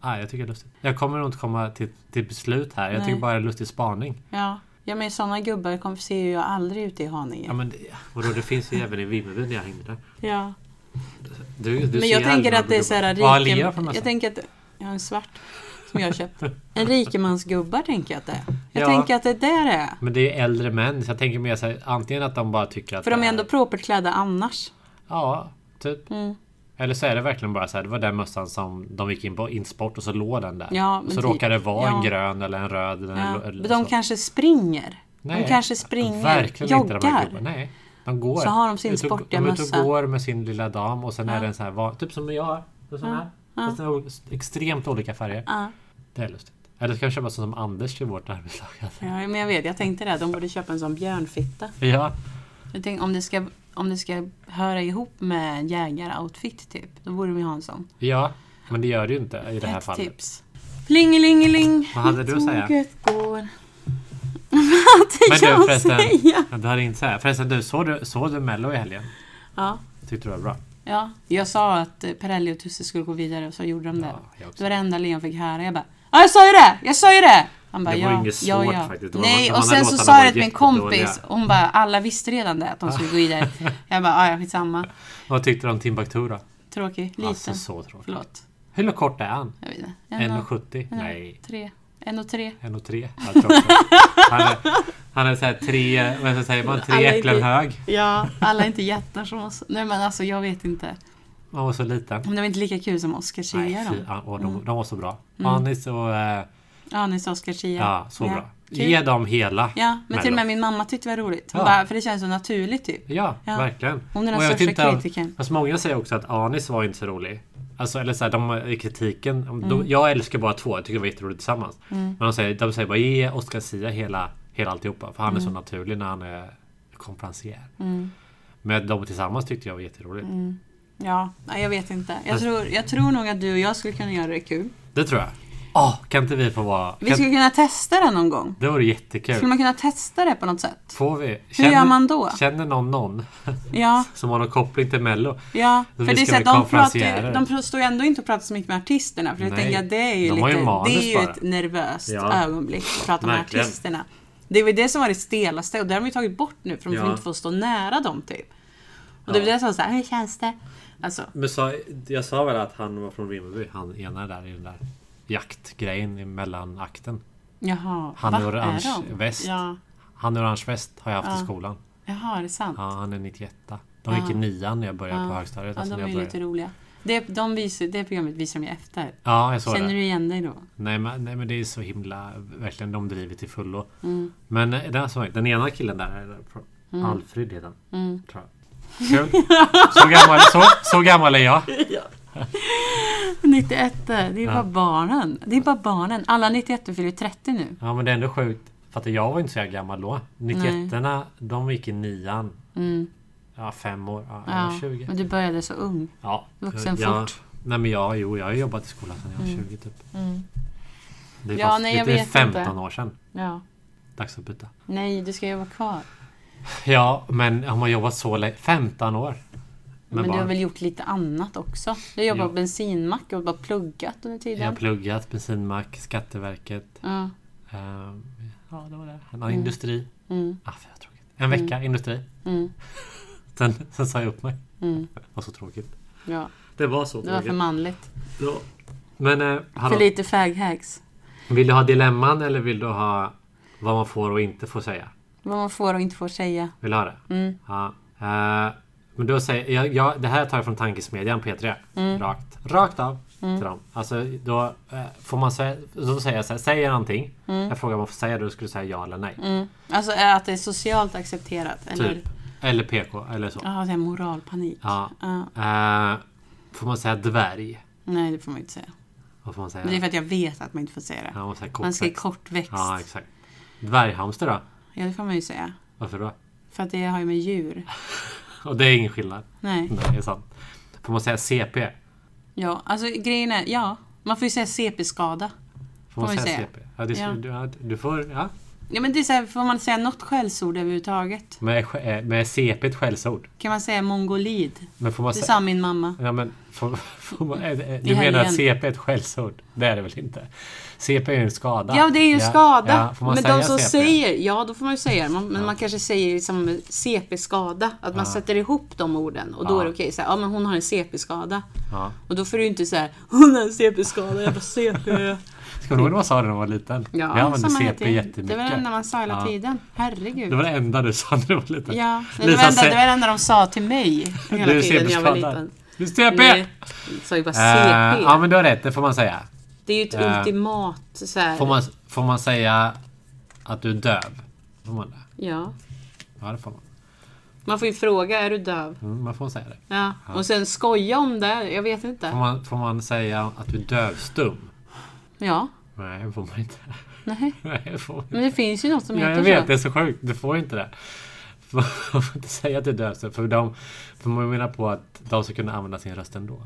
Speaker 1: Ah, jag tycker det är lustigt. Jag kommer nog inte komma till, till beslut här. Jag
Speaker 2: Nej.
Speaker 1: tycker bara det är en lustig spaning.
Speaker 2: ja. ja, men sådana gubbar kommer, ser ju jag aldrig ute i Haninge.
Speaker 1: Ja men det- vadå, det finns ju även i Vimmerby när jag hängde där.
Speaker 2: Ja.
Speaker 1: Du, du
Speaker 2: Men jag
Speaker 1: ser
Speaker 2: tänker
Speaker 1: aldrig
Speaker 2: att det är
Speaker 1: några
Speaker 2: såhär
Speaker 1: gubbar. Vad har Lea för
Speaker 2: rike...
Speaker 1: mössa?
Speaker 2: Jag tänker att... Jag har en svart som jag har köpt. En rikemansgubbar tänker jag att det är. Jag
Speaker 1: Ja.
Speaker 2: tänker att det är där det är.
Speaker 1: Men det är ju äldre män. Så jag tänker mer såhär, antingen att de bara tycker att
Speaker 2: För de
Speaker 1: det
Speaker 2: är ändå Mm. propert klädda annars.
Speaker 1: Ja, typ. Eller så är det verkligen bara så här, det var den mössan som de gick in på Insport och så låg den där.
Speaker 2: Ja,
Speaker 1: och
Speaker 2: men
Speaker 1: så
Speaker 2: typ.
Speaker 1: råkade det vara en
Speaker 2: Ja.
Speaker 1: grön eller en röd. Eller en
Speaker 2: Ja.
Speaker 1: lo- eller
Speaker 2: Men de
Speaker 1: så.
Speaker 2: kanske springer.
Speaker 1: Nej,
Speaker 2: de kanske springer,
Speaker 1: verkligen inte de här
Speaker 2: joggar.
Speaker 1: gubbarna. Nej, de går.
Speaker 2: Så har de sin
Speaker 1: Ut och-
Speaker 2: sportiga
Speaker 1: De är ute
Speaker 2: mössa.
Speaker 1: och går med sin lilla dam och sen är det en sån här, van- typ som jag har. En sån här. Fast den har ol- extremt olika färger.
Speaker 2: Ja.
Speaker 1: Det är lustigt. Eller så kan vi köpa sån som Anders till vårt arbetslag. <laughs> Alltså.
Speaker 2: Ja, men jag vet. Jag tänkte det. De borde köpa en sån björnfitta.
Speaker 1: Ja,
Speaker 2: Jag tänkte, om, det ska, om det ska höra ihop med en jägaroutfit typ, då borde vi ha en sån.
Speaker 1: ja. Men det gör det ju inte i det här
Speaker 2: Ett typ.
Speaker 1: fallet.
Speaker 2: tips. Plingelingeling.
Speaker 1: Vad hade du att säga?
Speaker 2: Tåget går. <laughs> Vad hade
Speaker 1: Men du,
Speaker 2: jag att
Speaker 1: förresten.
Speaker 2: säga?
Speaker 1: Ja, Du hade inte så här. Förresten, du, såg du, såg du Mello i helgen?
Speaker 2: Ja,
Speaker 1: Tyckte du det var bra?
Speaker 2: ja. Jag sa att eh, Perrelli och Tusse skulle gå vidare och så gjorde de det.
Speaker 1: Ja, jag också.
Speaker 2: det var det enda Leon fick höra. Jag bara Ja, jag sa ju det! Jag sa ju det! Han bara,
Speaker 1: Det var
Speaker 2: ja,
Speaker 1: inget
Speaker 2: ja,
Speaker 1: svårt
Speaker 2: ja.
Speaker 1: faktiskt. Det var- de
Speaker 2: Nej, och
Speaker 1: andra
Speaker 2: sen så
Speaker 1: låtarna
Speaker 2: sa
Speaker 1: var
Speaker 2: jag till min
Speaker 1: jättedåliga.
Speaker 2: kompis och hon bara, alla visste redan det att de skulle
Speaker 1: <laughs>
Speaker 2: gå vidare. jag bara, ja, ja, skitsamma.
Speaker 1: Vad tyckte du om Timbuktu då?
Speaker 2: Tråkig. Liten.
Speaker 1: Alltså så tråkigt.
Speaker 2: Förlåt.
Speaker 1: Hur kort är han?
Speaker 2: Jag vet inte. En och
Speaker 1: 1,70? Nej.
Speaker 2: Eh, tre. En och tre.
Speaker 1: 1,3? Ja, tråkigt.
Speaker 2: <laughs>
Speaker 1: Han är, han är såhär tre, vad så säger man, tre
Speaker 2: Alla är
Speaker 1: äpplen
Speaker 2: inte-
Speaker 1: hög.
Speaker 2: Ja, <laughs> alla är inte jättar som oss. Nej men alltså jag vet inte.
Speaker 1: Man var så liten.
Speaker 2: Men de är inte lika kul som Oscar Zia
Speaker 1: Nej, fy,
Speaker 2: de. Mm.
Speaker 1: ja, och de, de var så bra. Anis och... eh,
Speaker 2: Anis och Oscar Zia.
Speaker 1: Ja, så
Speaker 2: Ja,
Speaker 1: bra.
Speaker 2: kul.
Speaker 1: Ge dem hela
Speaker 2: Ja, men till och
Speaker 1: Mello.
Speaker 2: med min mamma tyckte det var roligt. Hon
Speaker 1: Ja.
Speaker 2: bara, för det känns så naturligt typ.
Speaker 1: Ja,
Speaker 2: Ja.
Speaker 1: verkligen.
Speaker 2: Hon är den
Speaker 1: Och jag vet
Speaker 2: största
Speaker 1: inte om-
Speaker 2: kritikern.
Speaker 1: Fast många säger också att Anis var inte så rolig. Alltså, eller så här, de, i kritiken. De,
Speaker 2: Mm.
Speaker 1: jag älskar bara två. Jag tycker det var jätteroligt tillsammans. Men de säger, de säger bara ge Oscar Sia hela, hela alltihopa. För han
Speaker 2: Mm.
Speaker 1: är så naturlig när han är konferencier. Men de tillsammans tyckte jag var jätteroligt.
Speaker 2: Ja, nej, jag vet inte.
Speaker 1: Alltså-
Speaker 2: Jag tror, jag tror nog att du och jag skulle kunna göra det kul.
Speaker 1: Det tror jag. Åh, kan inte vi få vara...
Speaker 2: Vi
Speaker 1: Kan,
Speaker 2: skulle kunna testa det någon gång.
Speaker 1: Det vore jättekul.
Speaker 2: Skulle man kunna testa det på något sätt?
Speaker 1: Får vi?
Speaker 2: gör man då?
Speaker 1: Känner någon någon <laughs>
Speaker 2: Ja,
Speaker 1: som har någon koppling till Mello?
Speaker 2: ja.
Speaker 1: Då
Speaker 2: För det
Speaker 1: vi
Speaker 2: är
Speaker 1: ska
Speaker 2: så att
Speaker 1: bli
Speaker 2: de, pratar ju,
Speaker 1: konferencierer.
Speaker 2: de pr- står ju ändå inte och pratar så mycket med artisterna. För jag
Speaker 1: Nej.
Speaker 2: tänker att det är ju,
Speaker 1: De har ju
Speaker 2: lite, det
Speaker 1: manus
Speaker 2: är ju
Speaker 1: bara.
Speaker 2: ett nervöst
Speaker 1: Ja.
Speaker 2: ögonblick att prata med
Speaker 1: Verkligen.
Speaker 2: artisterna. Det var ju det som var det stelaste och det har de ju tagit bort nu för de får
Speaker 1: Ja.
Speaker 2: inte få stå nära dem typ. Och det var
Speaker 1: Ja.
Speaker 2: det som var såhär, hur känns det? Alltså,
Speaker 1: Men sa, jag sa väl att han var från Vimmerby, han ena där i den där jaktgrejen i mellanakten.
Speaker 2: jaha,
Speaker 1: Han
Speaker 2: va,
Speaker 1: är orange
Speaker 2: de?
Speaker 1: väst.
Speaker 2: Ja,
Speaker 1: Han i orange väst har jag haft i
Speaker 2: Ja.
Speaker 1: skolan.
Speaker 2: jaha, är det sant?
Speaker 1: Ja, han är 91. De gick i nian när jag började på högstadiet.
Speaker 2: Ja,
Speaker 1: alltså
Speaker 2: de
Speaker 1: när
Speaker 2: är
Speaker 1: jag
Speaker 2: ju lite
Speaker 1: började.
Speaker 2: roliga. Det, de visar, det programmet visar de ju efter.
Speaker 1: Ja, jag såg
Speaker 2: Känner
Speaker 1: det.
Speaker 2: du igen <laughs> dig då?
Speaker 1: Nej, men, nej men det är så himla... Verkligen, de driver till fullo.
Speaker 2: Mm.
Speaker 1: Men eh, den, som, den ena killen där, är från- Alfred heter han.
Speaker 2: Mm.
Speaker 1: Tror jag. Kul. Så gammal, så, så gammal är jag.
Speaker 2: 91 det är ju bara barnen. Det är bara barnen. Alla 91 fyller ju 30 nu.
Speaker 1: Ja men det är ändå sjukt. För att jag var inte så jävla gammal då. 91 de gick i nian.
Speaker 2: Mm.
Speaker 1: Ja, fem år. Ja, jag var 20.
Speaker 2: Men du började så ung.
Speaker 1: Ja.
Speaker 2: Vuxen
Speaker 1: jag,
Speaker 2: fort. Mm.
Speaker 1: Nej men jag, jo, jag har jobbat i skolan sedan jag var 20 typ. Det är,
Speaker 2: Ja,
Speaker 1: fast,
Speaker 2: nej, jag
Speaker 1: det är
Speaker 2: vet
Speaker 1: 15
Speaker 2: inte.
Speaker 1: år sedan.
Speaker 2: Ja.
Speaker 1: Dags att byta.
Speaker 2: Nej, du ska ju vara kvar.
Speaker 1: Ja men har man jobbat så länge? 15 år? med
Speaker 2: Men du har
Speaker 1: barn.
Speaker 2: väl gjort lite annat också? Du jobbar
Speaker 1: Ja.
Speaker 2: på bensinmack och bara pluggat under
Speaker 1: Jag har
Speaker 2: tiden.
Speaker 1: pluggat bensinmack, Skatteverket.
Speaker 2: Ja.
Speaker 1: ehm, ja, det var det. Han har industri.
Speaker 2: Mm,
Speaker 1: Ah, för jag tråkigt. En vecka industri.
Speaker 2: mm,
Speaker 1: Sen, sen sa jag upp mig.
Speaker 2: mm.
Speaker 1: Det var så tråkigt.
Speaker 2: Ja,
Speaker 1: Det var så
Speaker 2: det var för
Speaker 1: tråkigt.
Speaker 2: manligt.
Speaker 1: Ja. Men eh,
Speaker 2: För
Speaker 1: hallå.
Speaker 2: lite faghags.
Speaker 1: Vill du ha dilemman eller vill du ha vad man får och inte får säga?
Speaker 2: Vad man får och inte får säga.
Speaker 1: Vill du ha det?
Speaker 2: Mm.
Speaker 1: Ja. Eh, men då säger jag, jag, det här tar jag från tankesmedjan P3.
Speaker 2: Mm.
Speaker 1: Rakt, rakt av till dem. Alltså då eh, får man säga, då säger jag så här, säger någonting. Jag frågar om man får säga det, då skulle du säga ja eller nej.
Speaker 2: Mm. Alltså är att det är socialt accepterat. Eller?
Speaker 1: Typ. Eller PK eller så.
Speaker 2: Ja, det är moralpanik.
Speaker 1: Ja.
Speaker 2: Ja.
Speaker 1: Eh, får man säga dvärg?
Speaker 2: Nej, det får man inte säga.
Speaker 1: Vad får man säga?
Speaker 2: Men det är för att jag vet att man inte får säga det.
Speaker 1: ja, man säger
Speaker 2: Man säger
Speaker 1: kortväxt.
Speaker 2: kortväxt.
Speaker 1: Ja, exakt. Dvärghamster då?
Speaker 2: Ja, det får man ju säga.
Speaker 1: Varför då?
Speaker 2: För att det har ju med djur.
Speaker 1: Och det är ingen skillnad.
Speaker 2: Nej.
Speaker 1: Nej, det är sant. Får man säga CP?
Speaker 2: Ja, alltså grejen är, ja. Man får ju säga CP-skada.
Speaker 1: Får man
Speaker 2: Får vi
Speaker 1: säga
Speaker 2: se.
Speaker 1: CP? Ja, det,
Speaker 2: Ja.
Speaker 1: Du, ja, du får... Ja.
Speaker 2: Ja, men det är så här, får man säga något skällsord överhuvudtaget?
Speaker 1: Med, sk- eh, med CP ett skällsord.
Speaker 2: Kan man säga mongolid?
Speaker 1: Men får man
Speaker 2: Det
Speaker 1: säga...
Speaker 2: sa min mamma.
Speaker 1: Ja, men, får, <laughs> får man, eh, eh, du
Speaker 2: I
Speaker 1: menar att
Speaker 2: helgen.
Speaker 1: CP är ett skällsord? Det är det väl inte? CP är ju en skada.
Speaker 2: Ja, det är ju en skada.
Speaker 1: ja, får man
Speaker 2: men
Speaker 1: säga
Speaker 2: de som
Speaker 1: CP?
Speaker 2: säger, ja då får man ju säga det. Man, men man kanske säger liksom CP-skada. Att man sätter ihop de orden och då
Speaker 1: Ja.
Speaker 2: är det okej. Så här, ja, men hon har en CP-skada.
Speaker 1: Ja.
Speaker 2: Och då får du ju inte säga hon har en CP-skada,
Speaker 1: <laughs>
Speaker 2: jävla CP.
Speaker 1: Ska du ihåg när man sa det när man var liten?
Speaker 2: Ja,
Speaker 1: jag
Speaker 2: sa
Speaker 1: använde
Speaker 2: man hela
Speaker 1: CP
Speaker 2: tiden.
Speaker 1: jättemycket.
Speaker 2: Det var det enda man sa hela
Speaker 1: Ja.
Speaker 2: tiden. Herregud.
Speaker 1: Det var det enda du sa när du var liten.
Speaker 2: Ja, det var
Speaker 1: Lisa,
Speaker 2: det enda,
Speaker 1: säg-
Speaker 2: det var det enda de sa till mig hela
Speaker 1: Du är
Speaker 2: tiden när jag var
Speaker 1: CP-skadad.
Speaker 2: liten.
Speaker 1: Du är CP!
Speaker 2: Nej, de sa ju bara
Speaker 1: Eh,
Speaker 2: CP.
Speaker 1: ja, men du har rätt. Det får man säga.
Speaker 2: det är ju ett
Speaker 1: eh,
Speaker 2: ultimat så här.
Speaker 1: Får man, får man säga att du är döv? Får man det?
Speaker 2: Ja.
Speaker 1: Ja, det får man.
Speaker 2: Man får ju fråga, är du döv?
Speaker 1: Mm, man får säga det.
Speaker 2: Ja. Och sen skoja om det, jag vet inte.
Speaker 1: Får man, får man säga att du är dövstum?
Speaker 2: Ja.
Speaker 1: Nej, det får man inte. <laughs>
Speaker 2: Nej.
Speaker 1: Nej, det får man inte.
Speaker 2: Men det finns ju något som
Speaker 1: Ja,
Speaker 2: heter
Speaker 1: jag vet.
Speaker 2: så.
Speaker 1: Det är så sjukt. Du får inte det. <laughs> Man får inte säga att du är dövstum. För, de, för man menar på att de ska kunna använda sin röst ändå.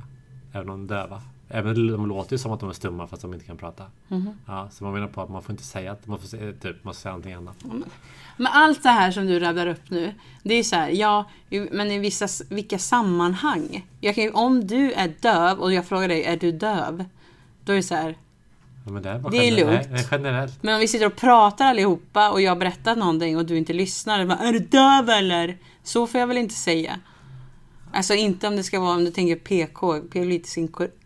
Speaker 1: Även om de är döva. Även de låter ju som att de är stumma fast de inte kan prata.
Speaker 2: Mhm.
Speaker 1: Ja, så man menar på att man får inte säga att man får säga, typ, man får säga någonting annat.
Speaker 2: Men allt det här som du rabblar upp nu, det är ju så här, ja, ju- men i vissa, s- vilka sammanhang? Jag kan ju, om du är döv och jag frågar dig, är du döv? Då är det så här,
Speaker 1: Ja, men det, är bara
Speaker 2: Det är
Speaker 1: gener- Nej,
Speaker 2: lugnt.
Speaker 1: det är generellt.
Speaker 2: men om vi sitter och pratar allihopa och jag berättar någonting och du inte lyssnar, bara, är du döv eller? Så får jag väl inte säga. Alltså inte om det ska vara, om du tänker PK, politiskt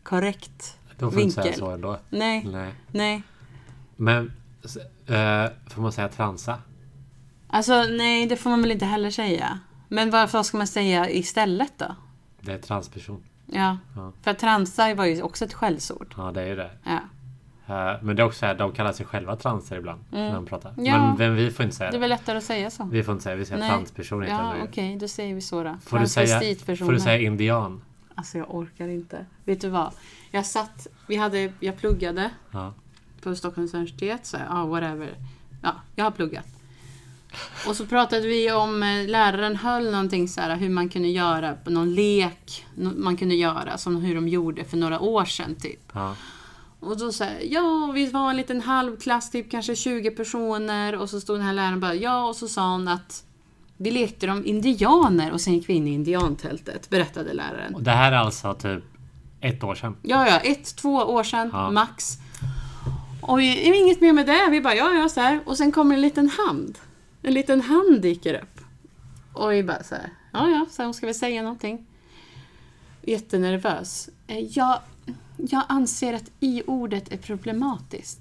Speaker 2: inkorrekt.
Speaker 1: De får inte säga
Speaker 2: Vinkel.
Speaker 1: så ändå.
Speaker 2: Nej,
Speaker 1: Nej.
Speaker 2: nej.
Speaker 1: Men s- eh, får man säga transa?
Speaker 2: Alltså nej, det får man väl inte heller säga. Men vad, vad ska man säga istället då?
Speaker 1: Det är transperson.
Speaker 2: Ja.
Speaker 1: Ja.
Speaker 2: För att transa var ju också ett skällsord.
Speaker 1: Ja, det är ju det.
Speaker 2: Ja.
Speaker 1: Eh, men det är också så här, de kallar sig själva transer ibland när de pratar.
Speaker 2: Mm. Ja.
Speaker 1: Men, men vi får inte säga
Speaker 2: Det är
Speaker 1: det.
Speaker 2: väl lättare att säga så.
Speaker 1: Vi får inte säga, vi säger
Speaker 2: Nej.
Speaker 1: transperson heter
Speaker 2: Ja,
Speaker 1: det.
Speaker 2: okej, då säger vi så då.
Speaker 1: får, du säga,
Speaker 2: Transvestitpersoner.
Speaker 1: får du säga indian?
Speaker 2: Alltså jag orkar inte. Vet du vad? Jag satt, vi hade, jag pluggade
Speaker 1: Ja.
Speaker 2: på Stockholms universitet, så ja, ah, whatever. Ja, jag har pluggat. Och så pratade vi om, eh, läraren höll någonting så här hur man kunde göra, på någon lek nå- man kunde göra, som hur de gjorde för några år sedan typ.
Speaker 1: Ja.
Speaker 2: Och då så här, ja, vi var en liten halvklass, typ kanske 20 personer. Och så stod den här läraren bara, ja, och så sa hon att vi lekte om indianer och sen gick vi in i indiantältet, berättade läraren.
Speaker 1: Och det här är alltså typ ett år sedan.
Speaker 2: Ja, ja, ett, två år sedan
Speaker 1: Ja.
Speaker 2: max. Och vi, det var inget mer med det, vi bara, ja, ja, så här. Och sen kommer en liten hand. En liten hand dyker upp. Och vi bara så här, ja, ja, så här, hon ska väl säga någonting. Jättenervös. Eh, Jag, jag anser att i-ordet är problematiskt.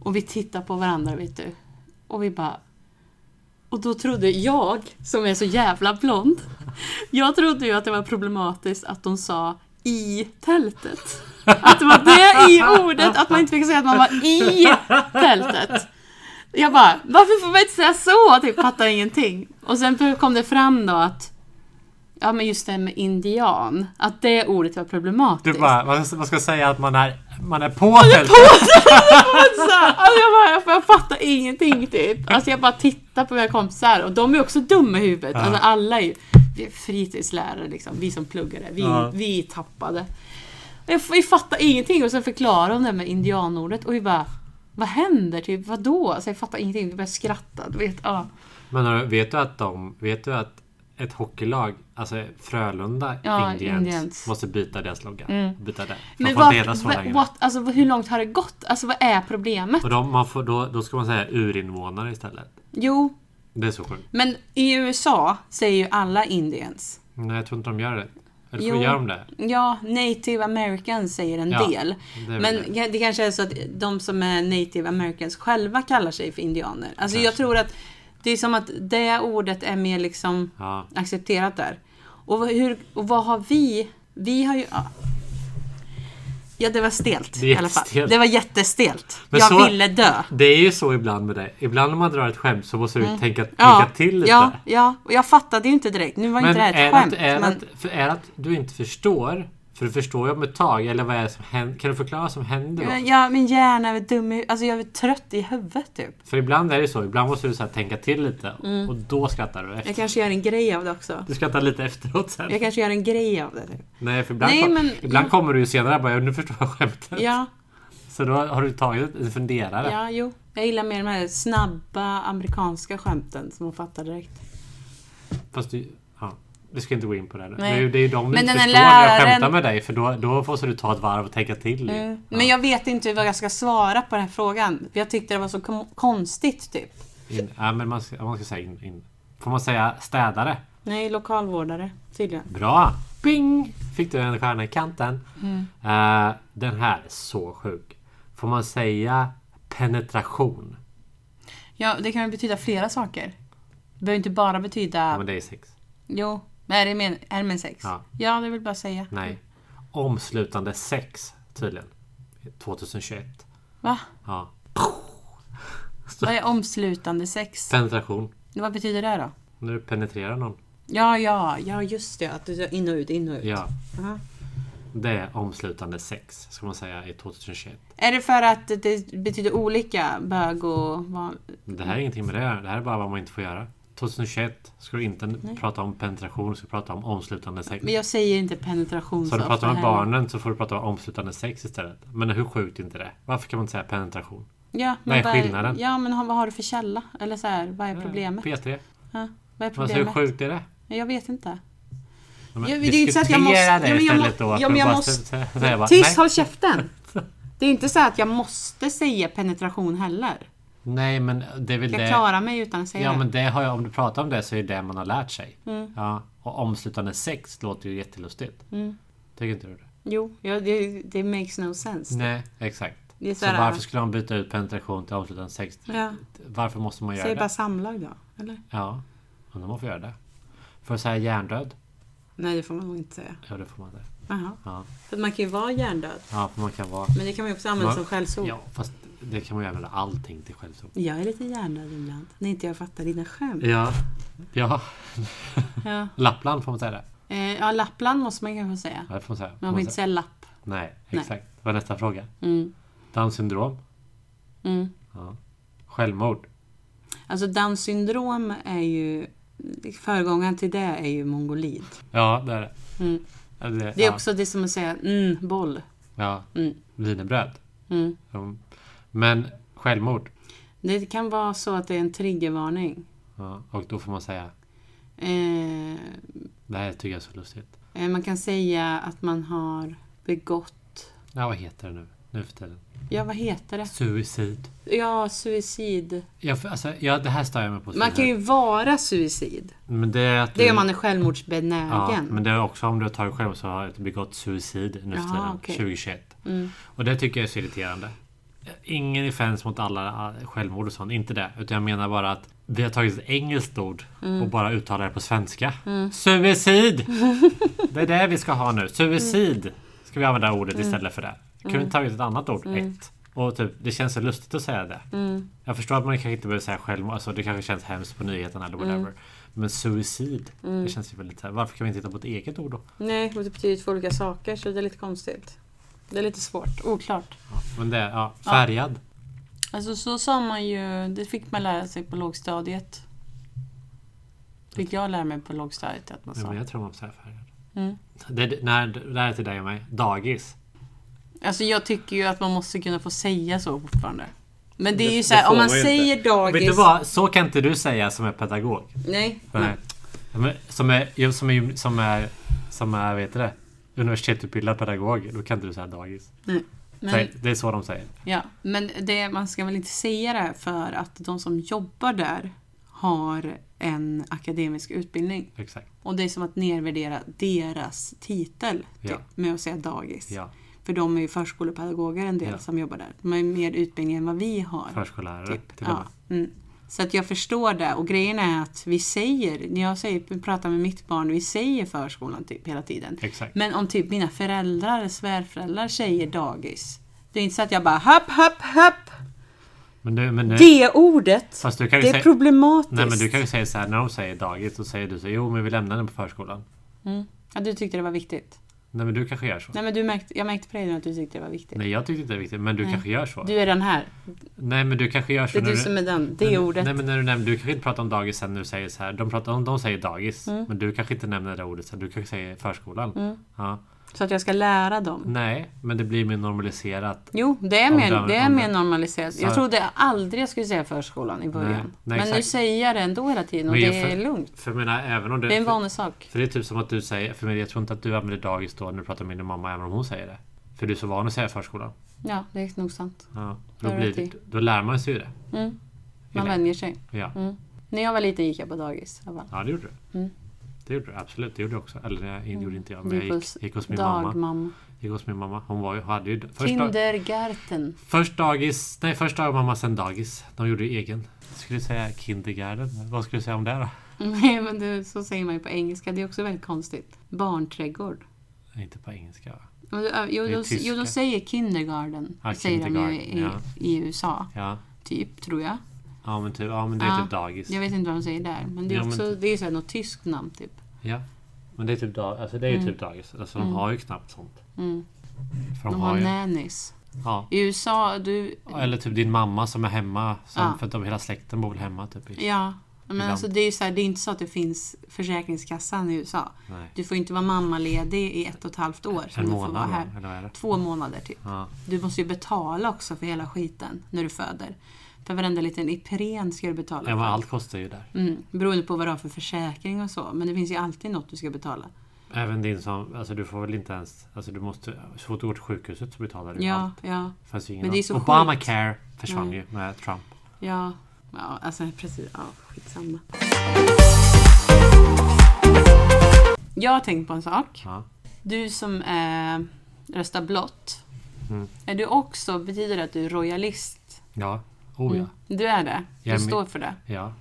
Speaker 2: Och vi tittar på varandra, vet du. Och vi bara... Och då trodde jag, som är så jävla blond, jag trodde ju att det var problematiskt att de sa i tältet. Att det var det i ordet, att man inte fick säga att man var i tältet. Jag bara, varför får man inte säga så? Typ, fattar ingenting. Och sen kom det fram då att, ja men just det med indian, att det ordet var problematiskt.
Speaker 1: Du bara, man, man ska säga att man är, man är på tältet.
Speaker 2: Så, alltså jag, bara, jag, jag fattar ingenting typ. Alltså jag bara tittar på mina kompisar och de är också dumma i huvudet. Alltså alla är ju vi är fritidslärare liksom, vi som pluggade. Vi,
Speaker 1: Ja.
Speaker 2: vi tappade. Och Jag, vi fattar ingenting och sen förklarar de det med indianordet och vi bara vad händer? Typ, vadå? Alltså jag fattar ingenting. Vi började skratta. Du vet, ja.
Speaker 1: Men har du- vet du att de, vet du att ett hockeylag, alltså Frölunda
Speaker 2: Ja,
Speaker 1: Indians,
Speaker 2: Indians.
Speaker 1: måste byta deras logga.
Speaker 2: Mm.
Speaker 1: Byta det. Man
Speaker 2: Men
Speaker 1: får
Speaker 2: vad,
Speaker 1: inte heta så
Speaker 2: vad,
Speaker 1: länge.
Speaker 2: what, alltså, vad- hur långt har det gått? Alltså vad är problemet?
Speaker 1: Och de, man får, då, då ska man säga urinvånare istället.
Speaker 2: Jo,
Speaker 1: Det är så sjukt.
Speaker 2: men i USA säger ju alla indians.
Speaker 1: Nej, jag tror inte de gör det. Eller
Speaker 2: Jo.
Speaker 1: får gör de det?
Speaker 2: Ja, native americans säger en
Speaker 1: Ja,
Speaker 2: del.
Speaker 1: det är väl
Speaker 2: Men det kanske är så att de som är native americans själva kallar sig för indianer. Alltså jag
Speaker 1: Kanske.
Speaker 2: tror att det är som att det ordet är mer liksom
Speaker 1: Ja.
Speaker 2: accepterat där. Och, hur, och vad har vi? Vi har ju... ja. Ja, det var stelt
Speaker 1: Det är
Speaker 2: i alla fall.
Speaker 1: jättestelt.
Speaker 2: Det var jättestelt.
Speaker 1: Men
Speaker 2: jag
Speaker 1: så-
Speaker 2: ville dö.
Speaker 1: Det är ju så ibland med dig. Ibland när man drar ett skämt så måste du tänka, tänka till lite.
Speaker 2: Mm. ja, ja, och jag fattade ju inte direkt. Nu var
Speaker 1: Men
Speaker 2: inte det här
Speaker 1: är
Speaker 2: ett
Speaker 1: det att,
Speaker 2: skämt.
Speaker 1: är det
Speaker 2: men,
Speaker 1: att, för är det att du inte förstår? För du förstår ju om ett tag. Eller vad är det som händer? Kan du förklara vad som händer då?
Speaker 2: men ja, min hjärna är väl dum i, Alltså jag är väl trött i huvudet typ.
Speaker 1: För ibland är det så. Ibland måste du så här tänka till lite.
Speaker 2: Mm.
Speaker 1: Och då skrattar du. Efter.
Speaker 2: Jag kanske gör en grej av det också.
Speaker 1: Du skrattar lite efteråt sen.
Speaker 2: Jag kanske gör en grej av det. Typ.
Speaker 1: Nej, för ibland,
Speaker 2: Nej,
Speaker 1: kom,
Speaker 2: men-
Speaker 1: ibland
Speaker 2: ja.
Speaker 1: kommer du ju senare och bara "Ja, nu förstår jag skämtet.
Speaker 2: Ja,
Speaker 1: Så då har du tagit en funderare.
Speaker 2: ja, jo. Jag gillar mer de här snabba amerikanska skämten som man fattar direkt.
Speaker 1: Fast du, ja, vi ska inte gå in på det nu.
Speaker 2: Nej.
Speaker 1: Det är ju- Det är ju de du
Speaker 2: Men
Speaker 1: inte
Speaker 2: den
Speaker 1: förstår när
Speaker 2: här
Speaker 1: jag
Speaker 2: läraren-
Speaker 1: skämtar med dig. För då, då måste du ta ett varv och tänka till. ju.
Speaker 2: Mm. Men jag vet inte vad jag ska svara på den här frågan. För jag tyckte det var så kom- konstigt typ.
Speaker 1: In, ja, men man ska, man ska säga in, in. Får man säga städare?
Speaker 2: Nej, lokalvårdare tydligen.
Speaker 1: Bra! Bing! Fick du en stjärna i kanten. Eh, den här är så sjuk. Får man säga penetration?
Speaker 2: Ja, det kan ju betyda flera saker. Det behöver inte bara
Speaker 1: Ja.
Speaker 2: betyda...
Speaker 1: Men det är sex.
Speaker 2: Jo, men är det men, är det men sex?
Speaker 1: Ja.
Speaker 2: ja, det vill bara säga.
Speaker 1: Nej. Omslutande sex, tydligen. 2021.
Speaker 2: Va?
Speaker 1: Ja.
Speaker 2: Vad är omslutande sex?
Speaker 1: Penetration.
Speaker 2: Vad betyder det då?
Speaker 1: När du penetrerar någon.
Speaker 2: Ja, ja, ja just det. Att du in och ut, in och ut.
Speaker 1: Ja.
Speaker 2: Aha.
Speaker 1: Det är omslutande sex, ska man säga, i 2021.
Speaker 2: Är det för att det betyder olika? Bög och... Van...
Speaker 1: Det här är ingenting med det att göra. Det här är bara vad man inte får göra. 2021 ska du inte prata om penetration, du ska prata om omslutande sex.
Speaker 2: Men jag säger inte penetration
Speaker 1: Så när du
Speaker 2: ofta
Speaker 1: pratar med
Speaker 2: heller.
Speaker 1: barnen så får du prata om omslutande sex istället. Men hur sjukt är inte det? Varför kan man inte säga penetration?
Speaker 2: Ja, men
Speaker 1: Vad är
Speaker 2: vad
Speaker 1: skillnaden? Mm.
Speaker 2: Ja, men har- vad har du för källa? Eller så här, vad är problemet?
Speaker 1: P3.
Speaker 2: Ja, vad
Speaker 1: Alltså,
Speaker 2: är
Speaker 1: hur
Speaker 2: problemet?
Speaker 1: sjukt är det?
Speaker 2: Jag vet inte.
Speaker 1: Ja, men
Speaker 2: Ja, det är inte så
Speaker 1: diskutera
Speaker 2: att jag måste-
Speaker 1: det
Speaker 2: ja, men jag må-
Speaker 1: istället då.
Speaker 2: ja,
Speaker 1: för
Speaker 2: men jag
Speaker 1: bara
Speaker 2: måste-
Speaker 1: säga- säga bara,
Speaker 2: Tyst,
Speaker 1: nej.
Speaker 2: håll käften!
Speaker 1: <laughs>
Speaker 2: Det är inte så att jag måste säga penetration heller.
Speaker 1: nej, men det är väl
Speaker 2: Jag
Speaker 1: det.
Speaker 2: klarar mig utan att säga
Speaker 1: Ja,
Speaker 2: det.
Speaker 1: men det har jag, om du pratar om det så är det man har lärt sig.
Speaker 2: Mm.
Speaker 1: Ja, och omslutande sex låter ju jättelustigt.
Speaker 2: Mm.
Speaker 1: Tycker inte du det?
Speaker 2: Jo, ja, det, det makes no sense.
Speaker 1: Nej, exakt.
Speaker 2: Det är så
Speaker 1: Så
Speaker 2: här-
Speaker 1: varför skulle man byta ut penetration till omslutande sex?
Speaker 2: Ja.
Speaker 1: Varför måste man göra
Speaker 2: Säg
Speaker 1: det?
Speaker 2: bara samlag då, eller?
Speaker 1: Ja, undrar om man får göra det. Får jag säga hjärndöd?
Speaker 2: Nej, det får man nog inte säga.
Speaker 1: Ja, det får man det.
Speaker 2: Jaha.
Speaker 1: Ja.
Speaker 2: För att man kan ju vara hjärndöd.
Speaker 1: Ja, för man kan vara...
Speaker 2: Men det kan man ju också använda
Speaker 1: Man-
Speaker 2: som skällsord.
Speaker 1: Ja, fast det kan man ju använda allting till självsord.
Speaker 2: Jag är lite hjärndöd ibland. När inte jag fattar dina skämt.
Speaker 1: Ja. Ja.
Speaker 2: Ja.
Speaker 1: Lappland får man säga det.
Speaker 2: Eh, ja, Lappland måste man kanske säga.
Speaker 1: Ja, det får man säga. Får
Speaker 2: Man får inte säga lapp.
Speaker 1: Nej,
Speaker 2: Nej.
Speaker 1: exakt. Det var nästa fråga.
Speaker 2: Mm.
Speaker 1: Downs syndrom.
Speaker 2: Mm.
Speaker 1: Ja. Självmord.
Speaker 2: Alltså Downs syndrom är ju... Föregångaren till det är ju mongolid.
Speaker 1: Ja, det är det.
Speaker 2: Mm.
Speaker 1: Ja, det,
Speaker 2: Det är
Speaker 1: ja.
Speaker 2: också det som att säga mm, boll.
Speaker 1: Ja.
Speaker 2: Mm.
Speaker 1: Wienerbröd.
Speaker 2: Mm.
Speaker 1: Ja. Men självmord.
Speaker 2: Det kan vara så att det är en triggervarning.
Speaker 1: Ja. Och då får man säga...
Speaker 2: Eh,
Speaker 1: Det här tycker jag är så lustigt.
Speaker 2: eh, man kan säga att man har begått...
Speaker 1: Ja, vad heter det nu? Nu för tiden.
Speaker 2: Ja, vad heter det?
Speaker 1: Suicid.
Speaker 2: Ja, suicid.
Speaker 1: Jag, alltså, ja, det här stör jag mig på.
Speaker 2: Man kan ju vara suicid.
Speaker 1: Men det är att
Speaker 2: Det är
Speaker 1: du-
Speaker 2: om man är självmordsbenägen.
Speaker 1: Ja, men det är också om du har tagit själv så har du begått suicid nu för
Speaker 2: Jaha,
Speaker 1: tiden,
Speaker 2: okej.
Speaker 1: 2021.
Speaker 2: Mm.
Speaker 1: Och det tycker jag är så irriterande. Ingen offens mot alla äh, självmord och sånt, inte det. Utan jag menar bara att vi har tagit ett engelskt ord
Speaker 2: Mm.
Speaker 1: och bara uttalar det på svenska.
Speaker 2: <laughs>
Speaker 1: Suicid! Det är det vi ska ha nu. Suicid! Ska vi använda ordet
Speaker 2: Mm.
Speaker 1: istället för det. Kunde vi inte tagit ett annat ord? Ett. Och typ, det känns så lustigt att säga det.
Speaker 2: Mm.
Speaker 1: Jag förstår att man kanske inte behöver säga självmord. Alltså, det kanske känns hemskt på nyheterna
Speaker 2: Mm.
Speaker 1: eller whatever. Men suicid. Det känns ju väldigt så här. Varför kan vi inte hitta på ett eget ord då?
Speaker 2: Nej, och det betyder två olika saker så det är lite konstigt. Det är lite svårt, oklart.
Speaker 1: Men det, ja, färgad.
Speaker 2: Alltså så sa man ju, det fick man lära sig på lågstadiet. Fick jag lära mig på lågstadiet att man
Speaker 1: Ja, men
Speaker 2: sa.
Speaker 1: jag tror man säger färgad.
Speaker 2: Mm.
Speaker 1: Det, det, när, det här är till dig och mig. Dagis.
Speaker 2: Alltså jag tycker ju att man måste kunna få säga så fortfarande. Men det är
Speaker 1: Det-
Speaker 2: ju
Speaker 1: det
Speaker 2: såhär,
Speaker 1: får
Speaker 2: om man
Speaker 1: man ju
Speaker 2: säger
Speaker 1: Vet du
Speaker 2: dagis... Mm.
Speaker 1: vad? Så kan inte du säga som är pedagog.
Speaker 2: Nej.
Speaker 1: Nej.
Speaker 2: nej.
Speaker 1: Men Som är, ja, som är, som är, som är vet du det, universitetsutbildad pedagog. Då kan inte du säga dagis.
Speaker 2: Men,
Speaker 1: Säg- Det är så de säger.
Speaker 2: ja, men det, man ska väl inte säga det här för att de som jobbar där har en akademisk utbildning.
Speaker 1: Exakt.
Speaker 2: Och det är som att nedvärdera deras titel typ,
Speaker 1: Ja.
Speaker 2: med att säga dagis.
Speaker 1: Ja,
Speaker 2: För de är ju förskolepedagoger en del
Speaker 1: Ja.
Speaker 2: som jobbar där. De har ju mer utbildning än vad vi har.
Speaker 1: förskollärare
Speaker 2: Typ.
Speaker 1: till och med.
Speaker 2: Ja, mm. Så att jag förstår det och grejen är att vi säger, när jag säger, pratar med mitt barn, vi säger förskolan typ hela tiden.
Speaker 1: Exakt.
Speaker 2: Men om typ mina föräldrar, svärföräldrar säger dagis. Det är inte så att jag bara happ, happ, happ.
Speaker 1: Men du, men nu,
Speaker 2: Det ordet,
Speaker 1: fast du kan ju
Speaker 2: det är
Speaker 1: säga...
Speaker 2: problematiskt.
Speaker 1: Nej men du kan ju säga så här när de säger dagis. Då säger du så här, jo men vi lämnar den på förskolan.
Speaker 2: Mm. Ja, du tyckte det var viktigt.
Speaker 1: Nej men du kanske gör så.
Speaker 2: Nej men du märkte, jag märkte på dig att du tyckte det var viktigt.
Speaker 1: Nej jag tyckte inte det var viktigt. Men du kanske gör så.
Speaker 2: Du är den här.
Speaker 1: Nej men du kanske gör så.
Speaker 2: Det är
Speaker 1: när
Speaker 2: du som är den. Det
Speaker 1: Nej,
Speaker 2: ordet.
Speaker 1: Nej men när du nämner, du kanske inte pratar om dagis sen när du säger så här. De, pratar, om- de säger dagis.
Speaker 2: Mm.
Speaker 1: Men du kanske inte nämner det ordet sen. Du kanske säger förskolan. Ja.
Speaker 2: Så att jag ska lära dem.
Speaker 1: Nej, men det blir mer normaliserat.
Speaker 2: Jo, det är
Speaker 1: Om
Speaker 2: mer,
Speaker 1: den-
Speaker 2: det är
Speaker 1: om
Speaker 2: mer
Speaker 1: den-
Speaker 2: normaliserat.
Speaker 1: Så-
Speaker 2: Jag trodde aldrig jag skulle säga förskolan i början.
Speaker 1: Nej, nej,
Speaker 2: men nu
Speaker 1: exakt.
Speaker 2: säger jag det ändå hela tiden och
Speaker 1: Men jag
Speaker 2: det
Speaker 1: för-
Speaker 2: är lugnt.
Speaker 1: För jag menar, även om det...
Speaker 2: Det är en
Speaker 1: för,
Speaker 2: vanlig sak.
Speaker 1: för det är typ som att du säger... För mig, jag tror inte att du använder dagis då när du pratar med din mamma, även om hon säger det. För du är så van att säga förskolan.
Speaker 2: Ja, det är nog sant.
Speaker 1: Ja,
Speaker 2: Där
Speaker 1: då,
Speaker 2: har
Speaker 1: blir
Speaker 2: du
Speaker 1: det, då lär man sig ju det.
Speaker 2: Mm. Man
Speaker 1: Eller-
Speaker 2: vänjer sig.
Speaker 1: Ja.
Speaker 2: Mm. När jag var liten gick jag på dagis. Jag var
Speaker 1: ja, det gjorde du.
Speaker 2: Mm.
Speaker 1: Det gjorde du absolut. Det gjorde jag också. Eller det gjorde inte jag.
Speaker 2: Du
Speaker 1: Men jag
Speaker 2: gick hos
Speaker 1: gick, gick hos min mamma.
Speaker 2: dagmamma.
Speaker 1: Gick hos min mamma. Hon var ju, hade ju... Först, dag,
Speaker 2: Kindergarten. <laughs>
Speaker 1: först dagis... Nej, först dagmamma, sen dagis. De gjorde ju egen. Skulle du säga kindergarten? Vad skulle du säga om det då?
Speaker 2: Nej, men det, så säger man ju på engelska. Det är också väldigt konstigt. Barnträdgård.
Speaker 1: Inte på engelska. va?
Speaker 2: Men, äh, Jo,
Speaker 1: Det är
Speaker 2: de, jo, de
Speaker 1: tyska.
Speaker 2: säger kindergarten.
Speaker 1: Ja,
Speaker 2: säger de ju i,
Speaker 1: kindergarten,
Speaker 2: i USA,
Speaker 1: Ja.
Speaker 2: typ, tror jag.
Speaker 1: Ja men, typ, ja, men det är
Speaker 2: Ja,
Speaker 1: typ dagis.
Speaker 2: Jag vet inte vad de säger där. Men det är
Speaker 1: Ja, men
Speaker 2: också,
Speaker 1: typ.
Speaker 2: det är ju så här något tyskt namn, typ.
Speaker 1: Ja. Men det är typ, dag, alltså det är ju typ dagis. Alltså de har ju knappt sånt.
Speaker 2: Mm.
Speaker 1: För de
Speaker 2: De
Speaker 1: har
Speaker 2: har
Speaker 1: ju,
Speaker 2: nannies.
Speaker 1: ja.
Speaker 2: I USA, du...
Speaker 1: Eller typ din mamma som är hemma. Som,
Speaker 2: Ja.
Speaker 1: För att de, hela släkten bor väl hemma typ. I,
Speaker 2: Ja. Men
Speaker 1: Ibland.
Speaker 2: alltså det är ju så här, det är inte så att det finns Försäkringskassan i USA.
Speaker 1: nej.
Speaker 2: Du får inte vara mammaledig i ett och ett halvt år. Som
Speaker 1: En
Speaker 2: du får vara
Speaker 1: månad va?
Speaker 2: här.
Speaker 1: eller vad är det?
Speaker 2: Två månader typ.
Speaker 1: Ja.
Speaker 2: Du måste ju betala också för hela skiten när du föder. För varenda liten Ipren ska du betala
Speaker 1: Ja, men
Speaker 2: för.
Speaker 1: allt kostar ju där.
Speaker 2: Mm, beroende på vad du har för försäkring och så. Men det finns ju alltid något du ska betala.
Speaker 1: Även din som, alltså du får väl inte ens, alltså du måste, så fort du går till sjukhuset så betalar du
Speaker 2: Ja,
Speaker 1: allt.
Speaker 2: ja,
Speaker 1: Det Fanns ju ingen
Speaker 2: Men det är så sjukt.
Speaker 1: Obamacare försvann
Speaker 2: Nej.
Speaker 1: ju med Trump.
Speaker 2: ja. Ja, alltså precis. Ja, skitsamma. Jag har tänkt på en sak.
Speaker 1: Ja.
Speaker 2: Du som eh, röstar blått.
Speaker 1: Mm.
Speaker 2: Är du också, betyder det att du är royalist?
Speaker 1: Ja. Oh ja.
Speaker 2: Mm. Du är det? Du
Speaker 1: Jag är med.
Speaker 2: står för det?
Speaker 1: Ja.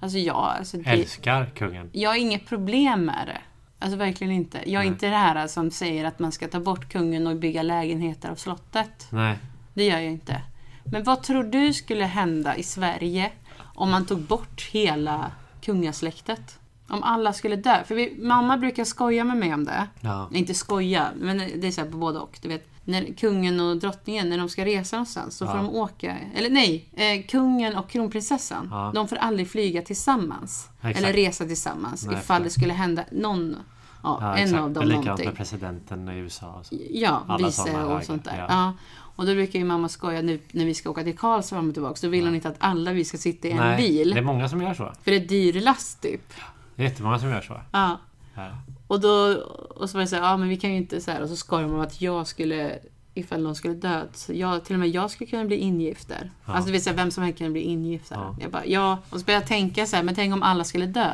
Speaker 2: Alltså jag, alltså det,
Speaker 1: Älskar kungen.
Speaker 2: jag har inget problem med det. Alltså verkligen inte. Jag är
Speaker 1: Nej.
Speaker 2: inte det här som säger att man ska ta bort kungen och bygga lägenheter av slottet.
Speaker 1: Nej.
Speaker 2: Det gör jag inte. Men vad tror du skulle hända i Sverige om man tog bort hela kungasläktet? Om alla skulle dö? För vi, mamma brukar skoja med mig om det.
Speaker 1: Ja.
Speaker 2: Nej, Inte skoja, men det är så här på både och. Du vet, när kungen och drottningen, när de ska resa någonstans så får
Speaker 1: Ja.
Speaker 2: de åka... Eller nej, eh, kungen och kronprinsessan.
Speaker 1: Ja.
Speaker 2: De får aldrig flyga tillsammans.
Speaker 1: Exakt.
Speaker 2: Eller resa tillsammans
Speaker 1: Nej,
Speaker 2: ifall det
Speaker 1: exakt.
Speaker 2: skulle hända någon, ja,
Speaker 1: Ja,
Speaker 2: en
Speaker 1: exakt.
Speaker 2: av
Speaker 1: Det
Speaker 2: dem
Speaker 1: är likadant
Speaker 2: någonting.
Speaker 1: med presidenten i USA. och så.
Speaker 2: Ja,
Speaker 1: Alla
Speaker 2: vice
Speaker 1: sådana
Speaker 2: och
Speaker 1: höga,
Speaker 2: sånt där. Ja.
Speaker 1: ja.
Speaker 2: Och då brukar ju mamma skoja nu när vi ska åka till Karlstad fram och tillbaka. Så vill hon inte att alla vi ska sitta i en
Speaker 1: Nej,
Speaker 2: bil.
Speaker 1: Det är många som gör så.
Speaker 2: För det är dyr last typ.
Speaker 1: Det är jättemånga som gör så.
Speaker 2: Ja.
Speaker 1: Här.
Speaker 2: Och då och så var det så här, ja men vi kan ju inte så här. Och så skojar de om att jag skulle, ifall någon skulle dö, så jag, till och med jag skulle kunna bli ingift där.
Speaker 1: Ja.
Speaker 2: Alltså det vill säga vem som helst kan bli ingift där.
Speaker 1: Ja.
Speaker 2: Jag bara, ja. Och så började jag tänka så här, men tänk om alla skulle dö.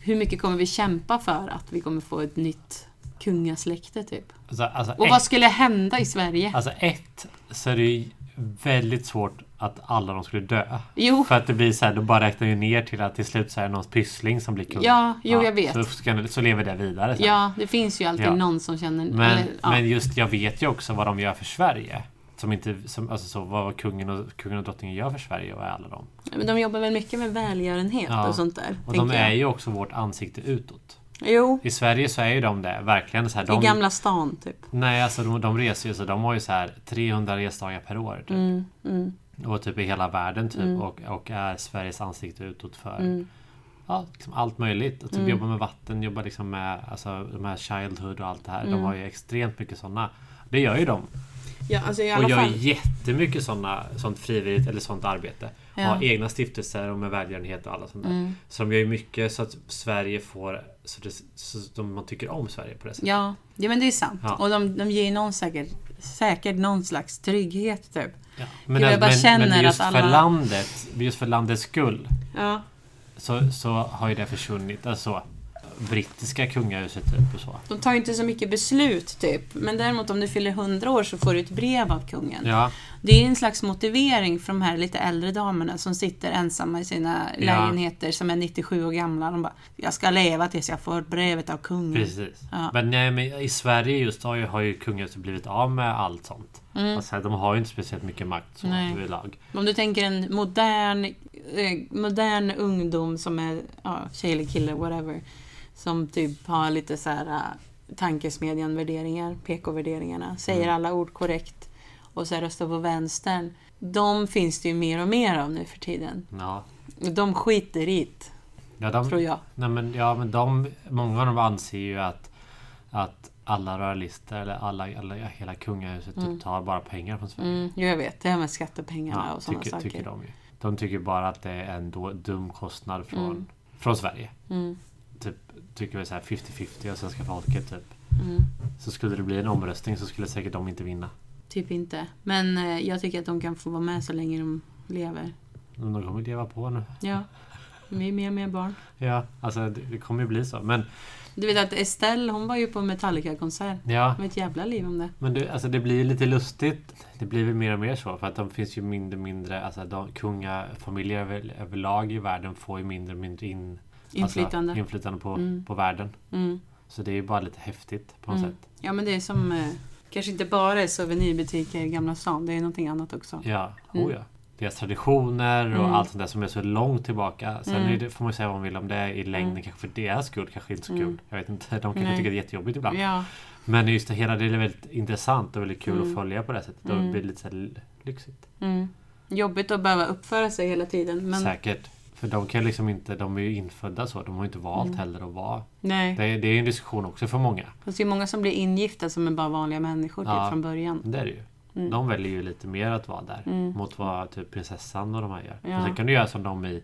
Speaker 2: Hur mycket kommer vi kämpa för att vi kommer få ett nytt kungasläkte typ?
Speaker 1: Alltså, alltså,
Speaker 2: Och
Speaker 1: ett,
Speaker 2: vad skulle hända i Sverige?
Speaker 1: alltså ett, så är det ju väldigt svårt att alla de skulle dö.
Speaker 2: Jo,
Speaker 1: För att det blir så här, då bara räknar ju ner till att till slut så är det någons pyssling som blir kung.
Speaker 2: Ja, jo, jag vet.
Speaker 1: Så, ska, så lever det vidare. sen.
Speaker 2: ja det finns ju alltid
Speaker 1: Ja.
Speaker 2: någon som känner...
Speaker 1: Men,
Speaker 2: eller, ja.
Speaker 1: men just jag vet ju också vad de gör för Sverige. Som inte, som, alltså så, vad kungen och, kungen och drottningen gör för Sverige och alla dem.
Speaker 2: Men de jobbar väl mycket med välgörenhet
Speaker 1: Ja.
Speaker 2: och sånt där.
Speaker 1: Och de
Speaker 2: tänker
Speaker 1: är
Speaker 2: jag.
Speaker 1: ju också vårt ansikte utåt.
Speaker 2: Jo,
Speaker 1: I Sverige så är ju de det, verkligen. Så här, de,
Speaker 2: i Gamla stan typ.
Speaker 1: Nej, alltså de, de reser ju så de har ju så här 300 resdagar per år. Typ.
Speaker 2: Mm, mm,
Speaker 1: Och typ i hela världen typ. Och, och är Sveriges ansikte utåt för
Speaker 2: mm.
Speaker 1: ja, liksom allt möjligt. Och typ jobbar med vatten, jobbar
Speaker 2: Mm.
Speaker 1: liksom med alltså, de här Childhood och allt det här. De har ju extremt mycket sådana. Det gör ju de.
Speaker 3: Ja, alltså i alla
Speaker 1: Och gör
Speaker 3: fall.
Speaker 1: jättemycket såna, sånt frivilligt eller sånt arbete.
Speaker 2: Ja. Mm.
Speaker 1: Har egna stiftelser och med välgörenhet och alla sånt där. Så de gör ju mycket så att Sverige får så, det, så att de, man tycker om Sverige på det sättet.
Speaker 2: Ja, ja men det är sant.
Speaker 1: Ja.
Speaker 2: Och de, de ger ju någon säkert, säkert någon slags trygghet typ.
Speaker 1: Ja. Men,
Speaker 2: Jag
Speaker 1: men,
Speaker 2: bara känner
Speaker 1: men just,
Speaker 2: att
Speaker 1: för
Speaker 2: alla-
Speaker 1: landet, just för landets skull
Speaker 3: Ja.
Speaker 1: så, så har ju det försvunnit. Alltså, brittiska kungahuset typ och så.
Speaker 3: De tar ju inte så mycket beslut typ. Men däremot om du fyller 100 år så får du ett brev av kungen.
Speaker 1: Ja,
Speaker 2: Det är ju en slags motivering för de här lite äldre damerna som sitter ensamma i sina
Speaker 1: Ja.
Speaker 2: lägenheter som är 97 år gamla. De bara, jag ska leva tills jag får brevet av kungen.
Speaker 1: precis.
Speaker 2: Mm. Ja.
Speaker 1: Men, nej, men i Sverige just har ju, har ju kungahuset blivit av med allt sånt. Alltså, de har ju inte speciellt mycket makt så
Speaker 2: Mm. Nej.
Speaker 1: överlag.
Speaker 2: Om du tänker en modern, eh, modern ungdom som är ja, tjej eller kille, whatever. Som typ har lite så här eh, tankesmedjan-värderingar, PK-värderingarna. Säger
Speaker 1: Mm.
Speaker 2: alla ord korrekt och så här röstar på vänstern. De finns det ju mer och mer av nu för tiden.
Speaker 1: Ja.
Speaker 2: De skiter i det,
Speaker 1: Ja, de,
Speaker 2: tror jag.
Speaker 1: Nej, men, ja, men de, många av dem anser ju att, att alla rörlister eller alla, alla, hela kungahuset typ tar bara pengar från Sverige.
Speaker 2: Mm, jo, jag vet. Det här med skattepengarna
Speaker 1: Ja,
Speaker 2: och sådana
Speaker 1: tycker,
Speaker 2: saker.
Speaker 1: tycker de ju. De tycker bara att det är en då, dum kostnad från, från Sverige.
Speaker 2: Mm.
Speaker 1: Typ, tycker väl såhär 50-50 av svenska folket typ.
Speaker 2: Mm.
Speaker 1: Så skulle det bli en omröstning så skulle säkert de inte vinna.
Speaker 2: Typ inte. Men eh, jag tycker att de kan få vara med så länge de lever.
Speaker 1: Men de kommer leva på nu.
Speaker 2: Ja, vi är med med barn.
Speaker 1: Ja, alltså det, det kommer ju bli så. Men
Speaker 2: Du vet att Estelle, hon var ju på Metallica-konsert.
Speaker 1: ja,
Speaker 2: Det var ett jävla liv om det.
Speaker 1: Men du, alltså det blir lite lustigt. Det blir väl mer och mer så. För att de finns ju mindre och mindre. Alltså de, kungafamiljer över, överlag i världen får ju mindre och mindre in,
Speaker 2: Inflytande.
Speaker 1: Alltså, inflytande på,
Speaker 2: Mm.
Speaker 1: på världen.
Speaker 2: Mm.
Speaker 1: Så det är ju bara lite häftigt på något
Speaker 2: Mm.
Speaker 1: sätt.
Speaker 2: Ja, men det är som... Eh, kanske inte bara är souvenirbutiker i Gamla stan. Det är någonting annat också.
Speaker 1: Ja,
Speaker 2: Mm.
Speaker 1: oh ja. Deras traditioner och
Speaker 2: Mm.
Speaker 1: allt sånt där som är så långt tillbaka. Sen
Speaker 2: Mm.
Speaker 1: är det, får man ju säga vad man vill om det är i längden. Kanske för deras skull kanske inte så kul.
Speaker 2: Mm.
Speaker 1: Jag vet inte. De kanske
Speaker 2: Nej.
Speaker 1: tycker det är jättejobbigt ibland.
Speaker 2: Ja,
Speaker 1: Men just det hela, det är väldigt intressant och väldigt kul
Speaker 2: Mm.
Speaker 1: att följa på det här sättet.
Speaker 2: Mm.
Speaker 1: Det blir det lite så här lyxigt.
Speaker 2: mm. Jobbigt att behöva uppföra sig hela tiden. Men
Speaker 1: Säkert. För de kan liksom inte, de är ju infödda så. De har ju inte valt
Speaker 2: Mm.
Speaker 1: heller att vara.
Speaker 2: nej.
Speaker 1: Det är, det är ju en diskussion också för många.
Speaker 2: Fast det är många som blir ingifta som är bara vanliga människor typ,
Speaker 1: Ja.
Speaker 2: från början.
Speaker 1: Det är det ju.
Speaker 2: Mm.
Speaker 1: De väljer ju lite mer att vara där.
Speaker 2: Mm.
Speaker 1: Mot vad typ prinsessan och de här gör.
Speaker 2: Ja.
Speaker 1: Men sen kan du göra som de i,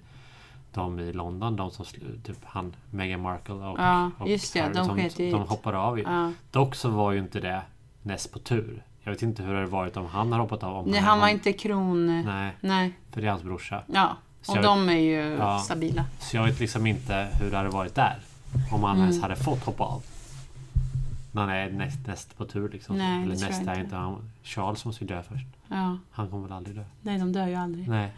Speaker 1: de i London. De som sl- typ han, Meghan Markle och,
Speaker 2: Ja,
Speaker 1: och
Speaker 2: just det, de
Speaker 1: som,
Speaker 2: sket i
Speaker 1: De
Speaker 2: det.
Speaker 1: hoppar av ju.
Speaker 2: Ja.
Speaker 1: Dock så var ju inte det näst på tur. Jag vet inte hur det har varit om han har hoppat av. Om
Speaker 2: Nej, han var inte kron... Nej.
Speaker 1: Nej, för det är hans brorsa.
Speaker 2: Ja.
Speaker 1: Så
Speaker 2: Och
Speaker 1: jag-
Speaker 2: de är ju
Speaker 1: Ja.
Speaker 2: stabila.
Speaker 1: Så jag vet liksom inte hur det hade varit där. Om han
Speaker 2: Mm.
Speaker 1: ens hade fått hoppa av. Man är näst, näst på tur liksom.
Speaker 2: Nej, det
Speaker 1: Eller
Speaker 2: tror jag
Speaker 1: nästa är
Speaker 2: inte.
Speaker 1: inte han. Charles måste ju dö först.
Speaker 2: Ja.
Speaker 1: Han kommer väl aldrig dö.
Speaker 2: Nej, de dör ju aldrig.
Speaker 1: Nej.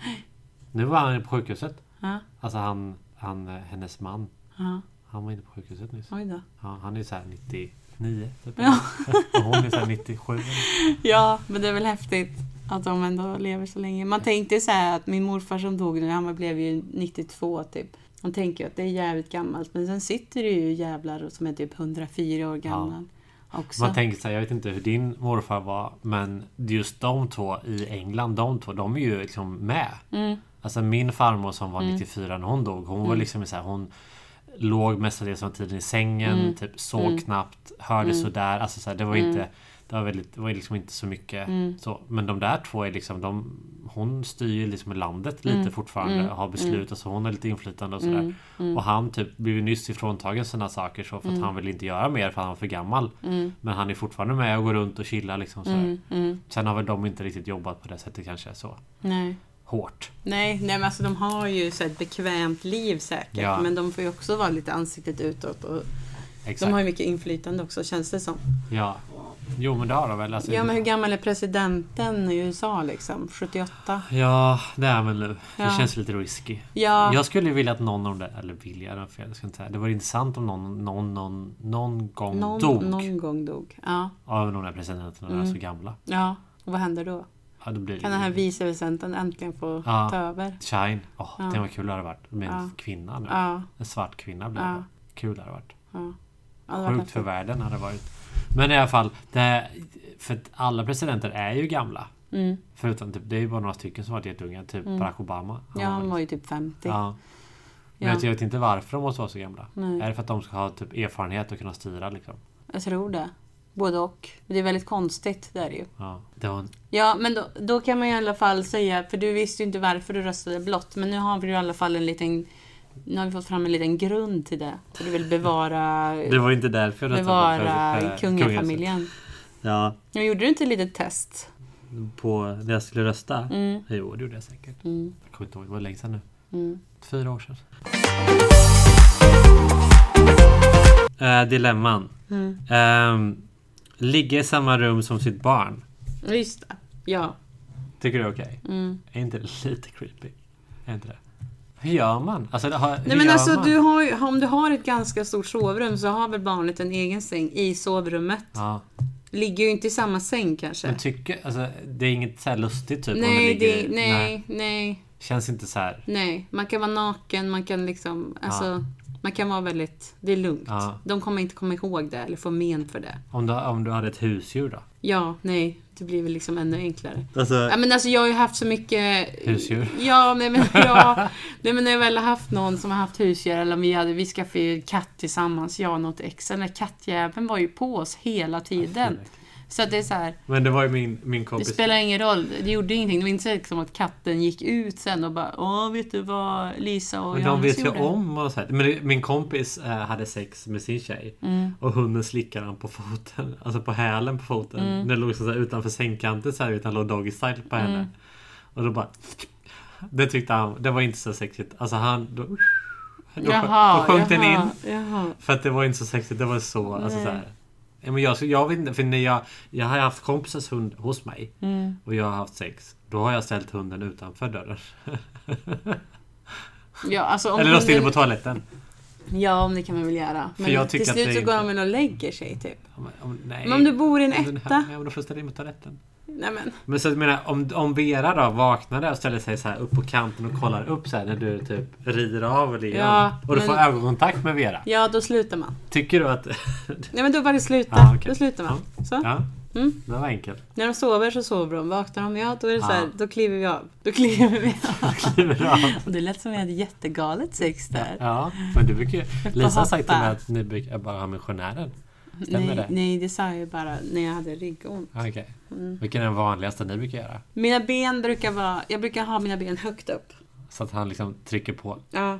Speaker 1: Nu var han på sjukhuset.
Speaker 2: Ja.
Speaker 1: Alltså han, han, eh, hennes man.
Speaker 2: ja.
Speaker 1: Han var inne på sjukhuset nyss. <laughs>
Speaker 2: Oj då.
Speaker 1: Ja, han är såhär 99 typ.
Speaker 2: Mm. Ja.
Speaker 1: <laughs> Och hon är såhär 97.
Speaker 2: Ja, men det är väl häftigt att de ändå lever så länge. Man tänkte så här att min morfar som dog nu, han var- blev ju 92 typ. Man tänker ju att det är jävligt gammalt, men sen sitter det ju jävlar som är typ 104 år gammal också.
Speaker 1: Man tänker såhär, jag vet inte hur din morfar var. Men just de två i England, de två, de är ju liksom med.
Speaker 2: mm,
Speaker 1: Alltså min farmor som var 94 när hon dog, hon var liksom så här, hon låg mestadels av tiden i sängen,
Speaker 2: Mm.
Speaker 1: typ såg knappt, hörde sådär. Alltså så här, det var inte det var, väldigt, det var liksom inte så mycket
Speaker 2: Mm.
Speaker 1: så. Men de där två är liksom, de, hon styr ju liksom landet lite
Speaker 2: Mm.
Speaker 1: fortfarande
Speaker 2: Mm.
Speaker 1: och har beslut och så hon har lite inflytande och sådär.
Speaker 2: mm, mm,
Speaker 1: Och han typ blev ju nyss ifråntagen sina saker så för att han vill inte göra mer för att han är för gammal.
Speaker 2: mm,
Speaker 1: Men han är fortfarande med och går runt och chillar liksom så.
Speaker 2: mm, mm.
Speaker 1: Sen har väl de inte riktigt jobbat på det sättet kanske så
Speaker 2: Nej.
Speaker 1: hårt.
Speaker 2: Nej, nej, men alltså de har ju så här ett bekvämt liv säkert,
Speaker 1: Ja.
Speaker 2: men de får ju också vara lite ansiktet utåt och
Speaker 1: Exakt.
Speaker 2: de har ju mycket inflytande också känns det som.
Speaker 1: Ja. Jo men det har de väl. Alltså,
Speaker 2: Ja, men hur gammal är presidenten i USA liksom? 78?
Speaker 1: Ja, det är väl nu.
Speaker 2: Ja.
Speaker 1: Det känns lite risky.
Speaker 2: Ja.
Speaker 1: Jag skulle vilja att någon av de där, eller vilja, det var fel, jag ska inte säga. Det var intressant om någon, någon, någon, någon gång
Speaker 2: Någon,
Speaker 1: dog
Speaker 2: någon gång dog. Ja.
Speaker 1: av de där presidenterna när de är så gamla.
Speaker 2: ja. Och vad händer då?
Speaker 1: Ja, då blir
Speaker 2: Kan den här
Speaker 1: det
Speaker 2: vicepresidenten äntligen få
Speaker 1: Ja.
Speaker 2: ta över?
Speaker 1: Shine. Åh,
Speaker 2: Ja.
Speaker 1: Tänk vad kul det hade varit med en
Speaker 2: Ja.
Speaker 1: kvinna nu.
Speaker 2: Ja.
Speaker 1: En svart kvinna blir
Speaker 2: Ja.
Speaker 1: det. Kul det hade varit.
Speaker 2: ja. ja det var
Speaker 1: Sjukt
Speaker 2: häftigt.
Speaker 1: för världen hade det varit. Men i alla fall, det, för att alla presidenter är ju gamla.
Speaker 2: Mm.
Speaker 1: Förutom typ, det är ju bara några stycken som varit jätteunga. Typ Barack Obama. Han
Speaker 2: Ja,
Speaker 1: var väl-
Speaker 2: han var ju typ 50.
Speaker 1: Ja. Men
Speaker 2: Ja.
Speaker 1: jag vet- jag vet inte varför de måste vara så gamla.
Speaker 2: Nej.
Speaker 1: Är det för att de ska ha typ erfarenhet och kunna styra liksom?
Speaker 2: Jag tror det. Både och. Det är väldigt konstigt, det är det ju.
Speaker 1: Ja, det var en,
Speaker 2: Ja, men då, då kan man ju i alla fall säga, för du visste ju inte varför du röstade blått, men nu har vi ju i alla fall en liten... Nu har vi fått fram en liten grund till det. För du vill bevara,
Speaker 1: <laughs> det var inte därför jag röstade
Speaker 2: bevara
Speaker 1: för- för
Speaker 2: eh, kungafamiljen.
Speaker 1: Ja,
Speaker 2: Nu gjorde du inte ett litet test?
Speaker 1: på när jag skulle rösta.
Speaker 2: Mm,
Speaker 1: Jo, det gjorde jag säkert.
Speaker 2: mm,
Speaker 1: Jag kommer inte ihåg, det var länge sedan nu.
Speaker 2: mm.
Speaker 1: Fyra år sedan. Eh, dilemman.
Speaker 2: Mm.
Speaker 1: Ehm, ligga i samma rum som sitt barn.
Speaker 2: Just det. Ja.
Speaker 1: Tycker du det är okej?
Speaker 2: Mm.
Speaker 1: Är inte det lite creepy? Är inte det? Hur gör man? Alltså, det har, hur
Speaker 2: Nej men
Speaker 1: gör
Speaker 2: alltså,
Speaker 1: man?
Speaker 2: du har, ju- om du har ett ganska stort sovrum så har väl barnet en egen säng i sovrummet.
Speaker 1: Ja,
Speaker 2: Ligger ju inte i samma säng kanske.
Speaker 1: men tycker... Alltså, det är inget så här lustigt typ? om
Speaker 2: nej,
Speaker 1: det ligger,
Speaker 2: det, nej, nej, nej,
Speaker 1: Känns inte så här...
Speaker 2: Man kan vara naken, man kan liksom... Alltså, Man kan vara väldigt... Det är lugnt.
Speaker 1: Ja.
Speaker 2: De kommer inte komma ihåg det eller få men för det.
Speaker 1: Om du, om du hade ett husdjur då?
Speaker 2: Ja, nej. Det blir väl liksom ännu enklare.
Speaker 1: Alltså,
Speaker 2: Ja, men alltså, jag har ju haft så mycket...
Speaker 1: Husdjur.
Speaker 2: Ja,
Speaker 1: <laughs>
Speaker 2: nej, men jag... Nej, men när jag väl har haft någon som har haft husdjur eller om vi hade... Vi skaffade ju katt tillsammans, jag och något ex. Den där kattjäveln var ju på oss hela tiden. Så att det är så här...
Speaker 1: Men det var ju min, min
Speaker 2: Det
Speaker 1: kompis.
Speaker 2: spelar ingen roll, det gjorde ingenting. Det var inte så liksom att katten gick ut sen och bara Åh, vet du vad Lisa och
Speaker 1: Men de
Speaker 2: Johannes
Speaker 1: vet ju
Speaker 2: gjorde?"
Speaker 1: om och så här. Men det- min kompis eh, hade sex med sin tjej.
Speaker 2: Mm.
Speaker 1: Och hunden slickade han på foten. Alltså på hälen på foten.
Speaker 2: Mm.
Speaker 1: Den låg så här utanför sängkanten så här. Utan låg doggy style på henne. Och då bara... Det tyckte han. Det var inte så sexigt. Alltså han... Då, då,
Speaker 2: Jaha,
Speaker 1: då sjönk den
Speaker 2: jaha,
Speaker 1: in.
Speaker 2: Jaha.
Speaker 1: För att det var inte så sexigt. Det var så... Alltså,
Speaker 2: Nej.
Speaker 1: så här. Ja, Men jag, så jag vet inte, för när jag, jag har haft kompisars hund hos mig
Speaker 2: Mm.
Speaker 1: och jag har haft sex. Då har jag ställt hunden utanför dörren.
Speaker 2: Ja, alltså, <laughs> om
Speaker 1: Eller låst in den
Speaker 2: hunden-
Speaker 1: på toaletten.
Speaker 2: Ja, om det kan man väl göra. Men
Speaker 1: jag tycker
Speaker 2: till
Speaker 1: att
Speaker 2: slut
Speaker 1: det
Speaker 2: så
Speaker 1: är
Speaker 2: går
Speaker 1: inte-
Speaker 2: de väl och lägger sig typ.
Speaker 1: Ja, men- ja, men nej.
Speaker 2: Men om du bor i en
Speaker 1: Men här-
Speaker 2: etta?
Speaker 1: Ja, men då får du ställa in på toaletten.
Speaker 2: Nej men.
Speaker 1: Men så jag menar, om, om Vera då vaknade och ställer sig så här upp på kanten och kollar upp så här när du typ rider av Leon.
Speaker 2: Ja,
Speaker 1: och du
Speaker 2: men-
Speaker 1: får ögonkontakt med Vera.
Speaker 2: Ja, då slutar man.
Speaker 1: Tycker du att... <laughs>
Speaker 2: Nej men då var det sluta.
Speaker 1: Ja, Ah, okej.
Speaker 2: Då slutar man. Så.
Speaker 1: ja,
Speaker 2: Mm.
Speaker 1: det var
Speaker 2: <laughs>
Speaker 1: enkelt.
Speaker 2: När de sover så sover de. Vaknar de, ja då är det så här,
Speaker 1: Ja.
Speaker 2: då kliver vi av. Då kliver vi av.
Speaker 1: Kliver av.
Speaker 2: <laughs> Och det lät som vi hade jättegalet sex där.
Speaker 1: Ja, men du brukar ju... Lisa har sagt till
Speaker 2: hoppa.
Speaker 1: mig att ni brukar bara ha missionären. Stämmer
Speaker 2: nej,
Speaker 1: det?
Speaker 2: nej, det sa jag ju bara när jag hade ryggont.
Speaker 1: Ja, Okej.
Speaker 2: Mm.
Speaker 1: Vilken är den vanligaste ni brukar göra?
Speaker 2: Mina ben brukar vara... Jag brukar ha mina ben högt upp.
Speaker 1: Så att han liksom trycker på.
Speaker 2: Ja,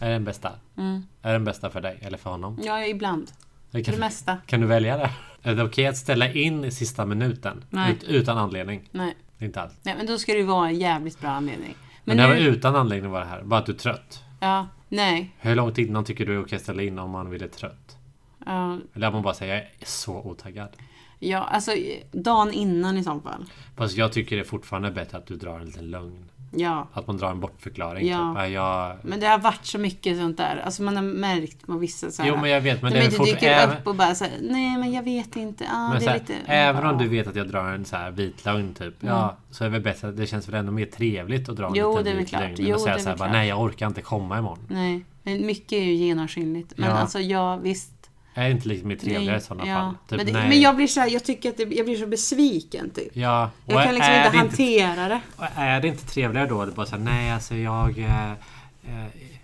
Speaker 1: Är det den bästa?
Speaker 2: Mm.
Speaker 1: Är det den bästa för dig? Eller för honom?
Speaker 2: ja ibland.
Speaker 1: Det
Speaker 2: För
Speaker 1: kan-
Speaker 2: det mesta.
Speaker 1: Kan du välja det? Är det okej att ställa in i sista minuten?
Speaker 2: Nej.
Speaker 1: Ut, utan anledning?
Speaker 2: Nej.
Speaker 1: Inte alls.
Speaker 2: nej, men då ska det ju vara en jävligt bra anledning.
Speaker 1: Men,
Speaker 2: Men,
Speaker 1: det här
Speaker 2: nu,
Speaker 1: var utan anledning var det här. Bara att du är trött.
Speaker 2: Ja, nej.
Speaker 1: Hur långt innan tycker du är okej att ställa in om man vill är trött?
Speaker 2: Ja,
Speaker 1: Eller att man bara säger jag är så otaggad.
Speaker 2: ja, alltså dagen innan i så fall.
Speaker 1: Fast jag tycker det är fortfarande bättre att du drar en liten lögn.
Speaker 2: Ja.
Speaker 1: Att man drar en bortförklaring.
Speaker 2: Ja.
Speaker 1: Typ. "Ja, Jag...
Speaker 2: Men det har varit så mycket sånt där. Alltså man har märkt på vissa så här...
Speaker 1: Jo men jag vet men
Speaker 2: de
Speaker 1: det är
Speaker 2: inte
Speaker 1: fort...
Speaker 2: dyker
Speaker 1: även...
Speaker 2: upp och bara såhär, nej men jag vet inte, ah,
Speaker 1: Men
Speaker 2: det
Speaker 1: så
Speaker 2: är
Speaker 1: här,
Speaker 2: lite... Mm.
Speaker 1: även om du vet att jag drar en så här vit lögn typ. Ja, så är det väl bättre. Det känns väl ändå mer trevligt att dra en
Speaker 2: Jo, det är
Speaker 1: liten
Speaker 2: väl
Speaker 1: vit
Speaker 2: klart.
Speaker 1: lögn.
Speaker 2: Jo,
Speaker 1: Än att säga
Speaker 2: det är
Speaker 1: så här,
Speaker 2: väl
Speaker 1: bara,
Speaker 2: klart.
Speaker 1: nej jag orkar inte komma imorgon.
Speaker 2: Nej, men mycket är ju genomskinligt. Men
Speaker 1: Ja.
Speaker 2: alltså jag visst.
Speaker 1: Är det inte lite mer trevligare i sådana
Speaker 2: ja.
Speaker 1: fall? Typ,
Speaker 2: men, det,
Speaker 1: nej.
Speaker 2: men jag blir så här, jag tycker att det, jag blir så besviken typ.
Speaker 1: Ja, och
Speaker 2: Jag kan liksom
Speaker 1: är
Speaker 2: inte
Speaker 1: det inte
Speaker 2: hantera det.
Speaker 1: Och Är det inte trevligare då? att Bara säga nej alltså jag... eh, eh,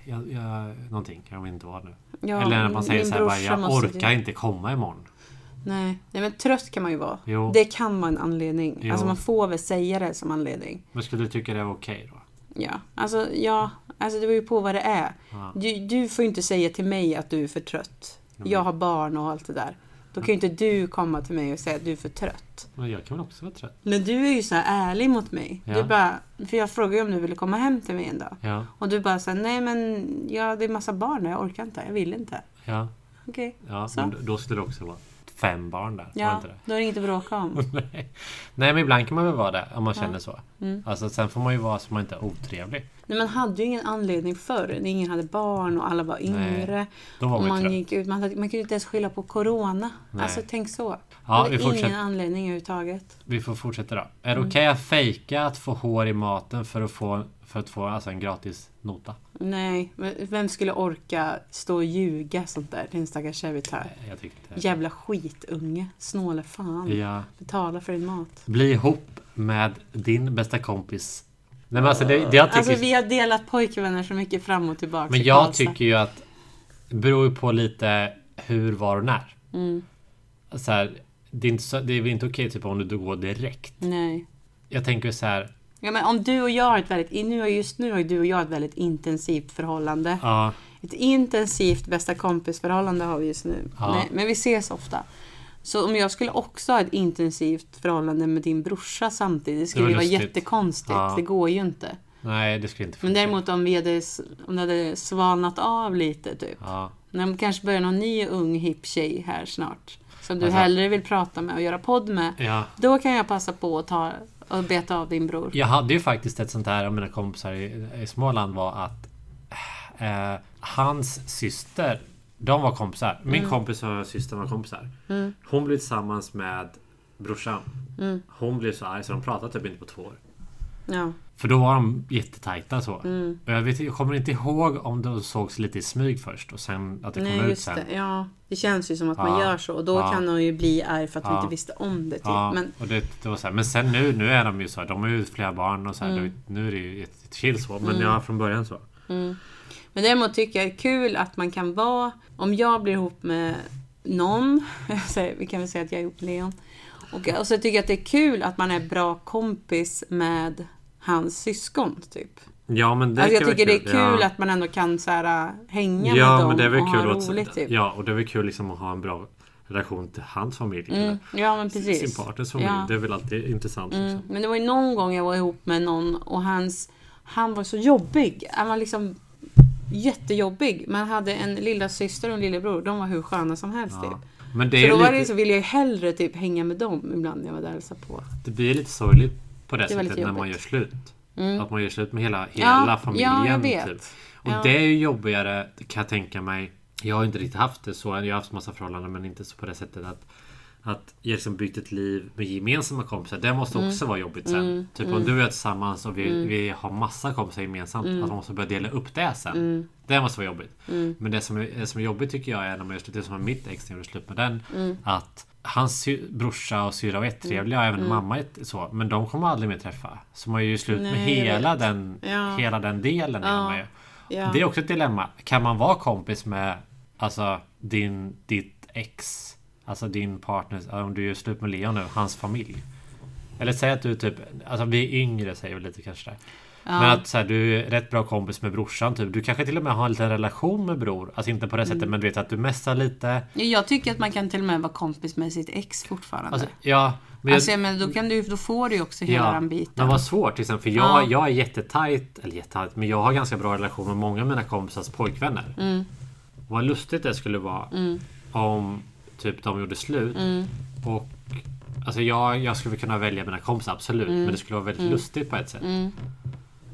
Speaker 1: Jag, jag, någonting, jag vet inte vad nu.
Speaker 2: Ja,
Speaker 1: Eller när man
Speaker 2: min-
Speaker 1: säger
Speaker 2: min
Speaker 1: såhär bara,
Speaker 2: brorsa
Speaker 1: jag
Speaker 2: måste typ-
Speaker 1: orkar inte komma imorgon.
Speaker 2: Nej. Nej, men trött kan man ju vara.
Speaker 1: Jo.
Speaker 2: Det kan vara en anledning.
Speaker 1: Jo.
Speaker 2: Alltså man får väl säga det som anledning.
Speaker 1: Men skulle du tycka det var okej då?
Speaker 2: Ja, alltså ja, alltså det beror ju på vad det är.
Speaker 1: Ja.
Speaker 2: Du, du får ju inte säga till mig att du är för trött.
Speaker 1: Mm.
Speaker 2: Jag har barn och allt det där. Då kan ju inte du komma till mig och säga att du är för trött.
Speaker 1: Men jag kan väl också vara trött?
Speaker 2: Men du är ju så här ärlig mot mig.
Speaker 1: Ja.
Speaker 2: Du bara, för jag frågade ju om du ville komma hem till mig en dag.
Speaker 1: Ja,
Speaker 2: Och du bara såhär, nej men ja, det är massa barn och jag orkar inte, jag vill inte.
Speaker 1: ja,
Speaker 2: Okej.
Speaker 1: ja.
Speaker 2: Så.
Speaker 1: Men då- då skulle det också vara fem barn där. Var det
Speaker 2: Ja,
Speaker 1: inte det? <laughs>
Speaker 2: då är det inget att bråka om.
Speaker 1: Nej. nej men ibland kan man väl vara det om man känner så.
Speaker 2: Mm.
Speaker 1: Alltså sen får man ju vara så man inte är otrevlig.
Speaker 2: Nej, man hade ju ingen anledning förr. när Ingen hade barn och alla var yngre.
Speaker 1: Då var man,
Speaker 2: och
Speaker 1: ju
Speaker 2: man,
Speaker 1: trött.
Speaker 2: gick ut, man, hade, man kunde inte ens skylla på corona.
Speaker 1: Nej.
Speaker 2: Alltså tänk så.
Speaker 1: Ja,
Speaker 2: man
Speaker 1: vi,
Speaker 2: hade ingen
Speaker 1: fortsätter,
Speaker 2: anledning överhuvudtaget.
Speaker 1: vi får fortsätta då. Är det
Speaker 2: Mm.
Speaker 1: okej att fejka att få hår i maten för att få, för att få alltså, en gratis nota?
Speaker 2: Nej, men vem skulle orka stå och ljuga sånt där till en stackars servitör?
Speaker 1: Nej, jag tycker inte
Speaker 2: Jävla skitunge. Snåle fan.
Speaker 1: det. Ja.
Speaker 2: Betala för din mat.
Speaker 1: Bli ihop med din bästa kompis. Nej men alltså det, det jag tycker...
Speaker 2: Alltså vi har delat pojkvänner så mycket fram och tillbaka.
Speaker 1: men
Speaker 2: i
Speaker 1: jag
Speaker 2: Karlstad.
Speaker 1: tycker ju att... Det beror ju på lite hur, var och när.
Speaker 2: Mm.
Speaker 1: så här, det, är inte så, det är väl inte okej typ, om du går direkt.
Speaker 2: Nej.
Speaker 1: Jag tänker så här,
Speaker 2: Ja, men om du och jag har ett väldigt, nu, har- just nu har ju du och jag ett väldigt intensivt förhållande.
Speaker 1: ja,
Speaker 2: Ett intensivt bästa kompisförhållande har vi just nu.
Speaker 1: Ja.
Speaker 2: Nej, men vi ses ofta. Så om jag skulle också ha ett intensivt förhållande med din brorsa samtidigt skulle
Speaker 1: var
Speaker 2: det, vara
Speaker 1: lustigt.
Speaker 2: jättekonstigt.
Speaker 1: Ja.
Speaker 2: Det går ju inte.
Speaker 1: nej det skulle inte
Speaker 2: Men
Speaker 1: funka.
Speaker 2: däremot om, vi hade, s- om det hade svalnat av lite typ.
Speaker 1: Ja,
Speaker 2: När de kanske börjar någon ny ung hipp tjej här snart. Som du
Speaker 1: Alltså-
Speaker 2: hellre vill prata med och göra podd med.
Speaker 1: ja.
Speaker 2: Då kan jag passa på att ta och beta av din bror.
Speaker 1: Jag hade ju faktiskt ett sånt här av mina kompisar i, i Småland var att eh, hans syster, de var kompisar. Min
Speaker 2: Mm.
Speaker 1: kompis och hans syster var kompisar. Hon blev tillsammans med brorsan.
Speaker 2: Mm.
Speaker 1: Hon blev så arg så de pratade typ inte på två år.
Speaker 2: Ja.
Speaker 1: För då var de jättetajta så.
Speaker 2: Mm.
Speaker 1: Och jag, vet, jag kommer inte ihåg om de sågs lite i smyg först och sen att det kom
Speaker 2: Nej,
Speaker 1: ut
Speaker 2: just
Speaker 1: sen.
Speaker 2: det. Ja, det känns ju som att man
Speaker 1: Ja.
Speaker 2: gör så. Och då
Speaker 1: Ja.
Speaker 2: kan hon ju bli arg för att hon
Speaker 1: Ja.
Speaker 2: inte visste om det. Typ.
Speaker 1: Ja,
Speaker 2: Men,
Speaker 1: och det, det var så här. Men sen nu, nu är de ju så här, de har ju flera barn och så
Speaker 2: Mm.
Speaker 1: här, då- Nu är det ju ett, ett chill så, men ja, från början så.
Speaker 2: men däremot tycker jag det är kul att man kan vara... Om jag blir ihop med någon, <laughs> säger- vi kan väl säga att jag är ihop med Leon. Och, och så tycker jag att det är kul att man är bra kompis med hans syskon. Typ.
Speaker 1: Ja, men det
Speaker 2: alltså jag
Speaker 1: kan vara
Speaker 2: tycker det är kul
Speaker 1: ja.
Speaker 2: att man ändå kan så här, äh, hänga med
Speaker 1: Ja,
Speaker 2: dem
Speaker 1: men det är väl
Speaker 2: och
Speaker 1: kul
Speaker 2: ha
Speaker 1: att,
Speaker 2: roligt. Typ.
Speaker 1: Ja, och det är väl kul liksom att ha en bra relation till hans familj.
Speaker 2: Mm,
Speaker 1: eller
Speaker 2: ja, men
Speaker 1: Sin
Speaker 2: precis.
Speaker 1: partners familj.
Speaker 2: Ja. Mm,
Speaker 1: Det är väl alltid intressant. Liksom.
Speaker 2: Men det var ju någon gång jag var ihop med någon och hans, han var så jobbig. Han var liksom jättejobbig. Man hade en lilla syster och en lillebror. De var hur sköna som helst.
Speaker 1: Ja.
Speaker 2: Typ.
Speaker 1: Men det,
Speaker 2: Så
Speaker 1: är
Speaker 2: då
Speaker 1: ju
Speaker 2: var
Speaker 1: lite,
Speaker 2: det, så ville jag ju hellre typ hänga med dem ibland när jag var där och hälsade på.
Speaker 1: det blir lite sorgligt på det,
Speaker 2: Det var lite
Speaker 1: sättet när man gör
Speaker 2: jobbigt.
Speaker 1: slut.
Speaker 2: Mm.
Speaker 1: Att man gör slut med hela,
Speaker 2: Ja,
Speaker 1: hela familjen.
Speaker 2: ja, jag vet.
Speaker 1: Typ. Och
Speaker 2: Ja.
Speaker 1: det är ju jobbigare kan jag tänka mig. Jag har inte riktigt haft det så. Jag har haft massa förhållanden men inte så på det sättet att att jag liksom byggt ett liv med gemensamma kompisar. Det måste
Speaker 2: Mm.
Speaker 1: också vara jobbigt sen. typ om du och jag är tillsammans och vi, vi har massa kompisar gemensamt.
Speaker 2: Mm.
Speaker 1: Att man måste börja dela upp det sen. Det måste vara jobbigt. Men det som är, det som är jobbigt tycker jag är när man gör slut. Det som är mitt ex när jag gjorde slut med den.
Speaker 2: Mm.
Speaker 1: Att hans sy- brorsa och syrra var jättetrevliga. och Även
Speaker 2: Mm.
Speaker 1: mamma är ett- så. Men de kommer aldrig mer träffa. Så man gör ju slut med
Speaker 2: Nej, jag
Speaker 1: hela den,
Speaker 2: Ja.
Speaker 1: hela den delen. Är man ju.
Speaker 2: Ja.
Speaker 1: Det är också ett dilemma. Kan man vara kompis med alltså, din, ditt ex? Alltså din partners, om du gör slut med Leon nu, hans familj. Eller säg att du typ, alltså vi är yngre säger vi lite kanske. där. Men att så här, du är rätt bra kompis med brorsan typ. Du kanske till och med har en liten relation med bror. Alltså inte på det sättet men du vet att du messar lite.
Speaker 2: Jag tycker att man kan till och med vara kompis med sitt ex fortfarande.
Speaker 1: Alltså,
Speaker 2: Alltså,
Speaker 1: ja. Men jag-
Speaker 2: men då, kan du, då får du ju också hela den biten.
Speaker 1: Men vad svårt till exempel. För jag, jag är jättetajt, eller jättetajt, men jag har ganska bra relation med många av mina kompisars pojkvänner.
Speaker 2: Mm.
Speaker 1: Vad lustigt det skulle vara om typ de gjorde slut.
Speaker 2: Mm.
Speaker 1: Och alltså jag, jag skulle kunna välja mina kompisar, absolut.
Speaker 2: Mm.
Speaker 1: Men det skulle vara väldigt lustigt på ett sätt.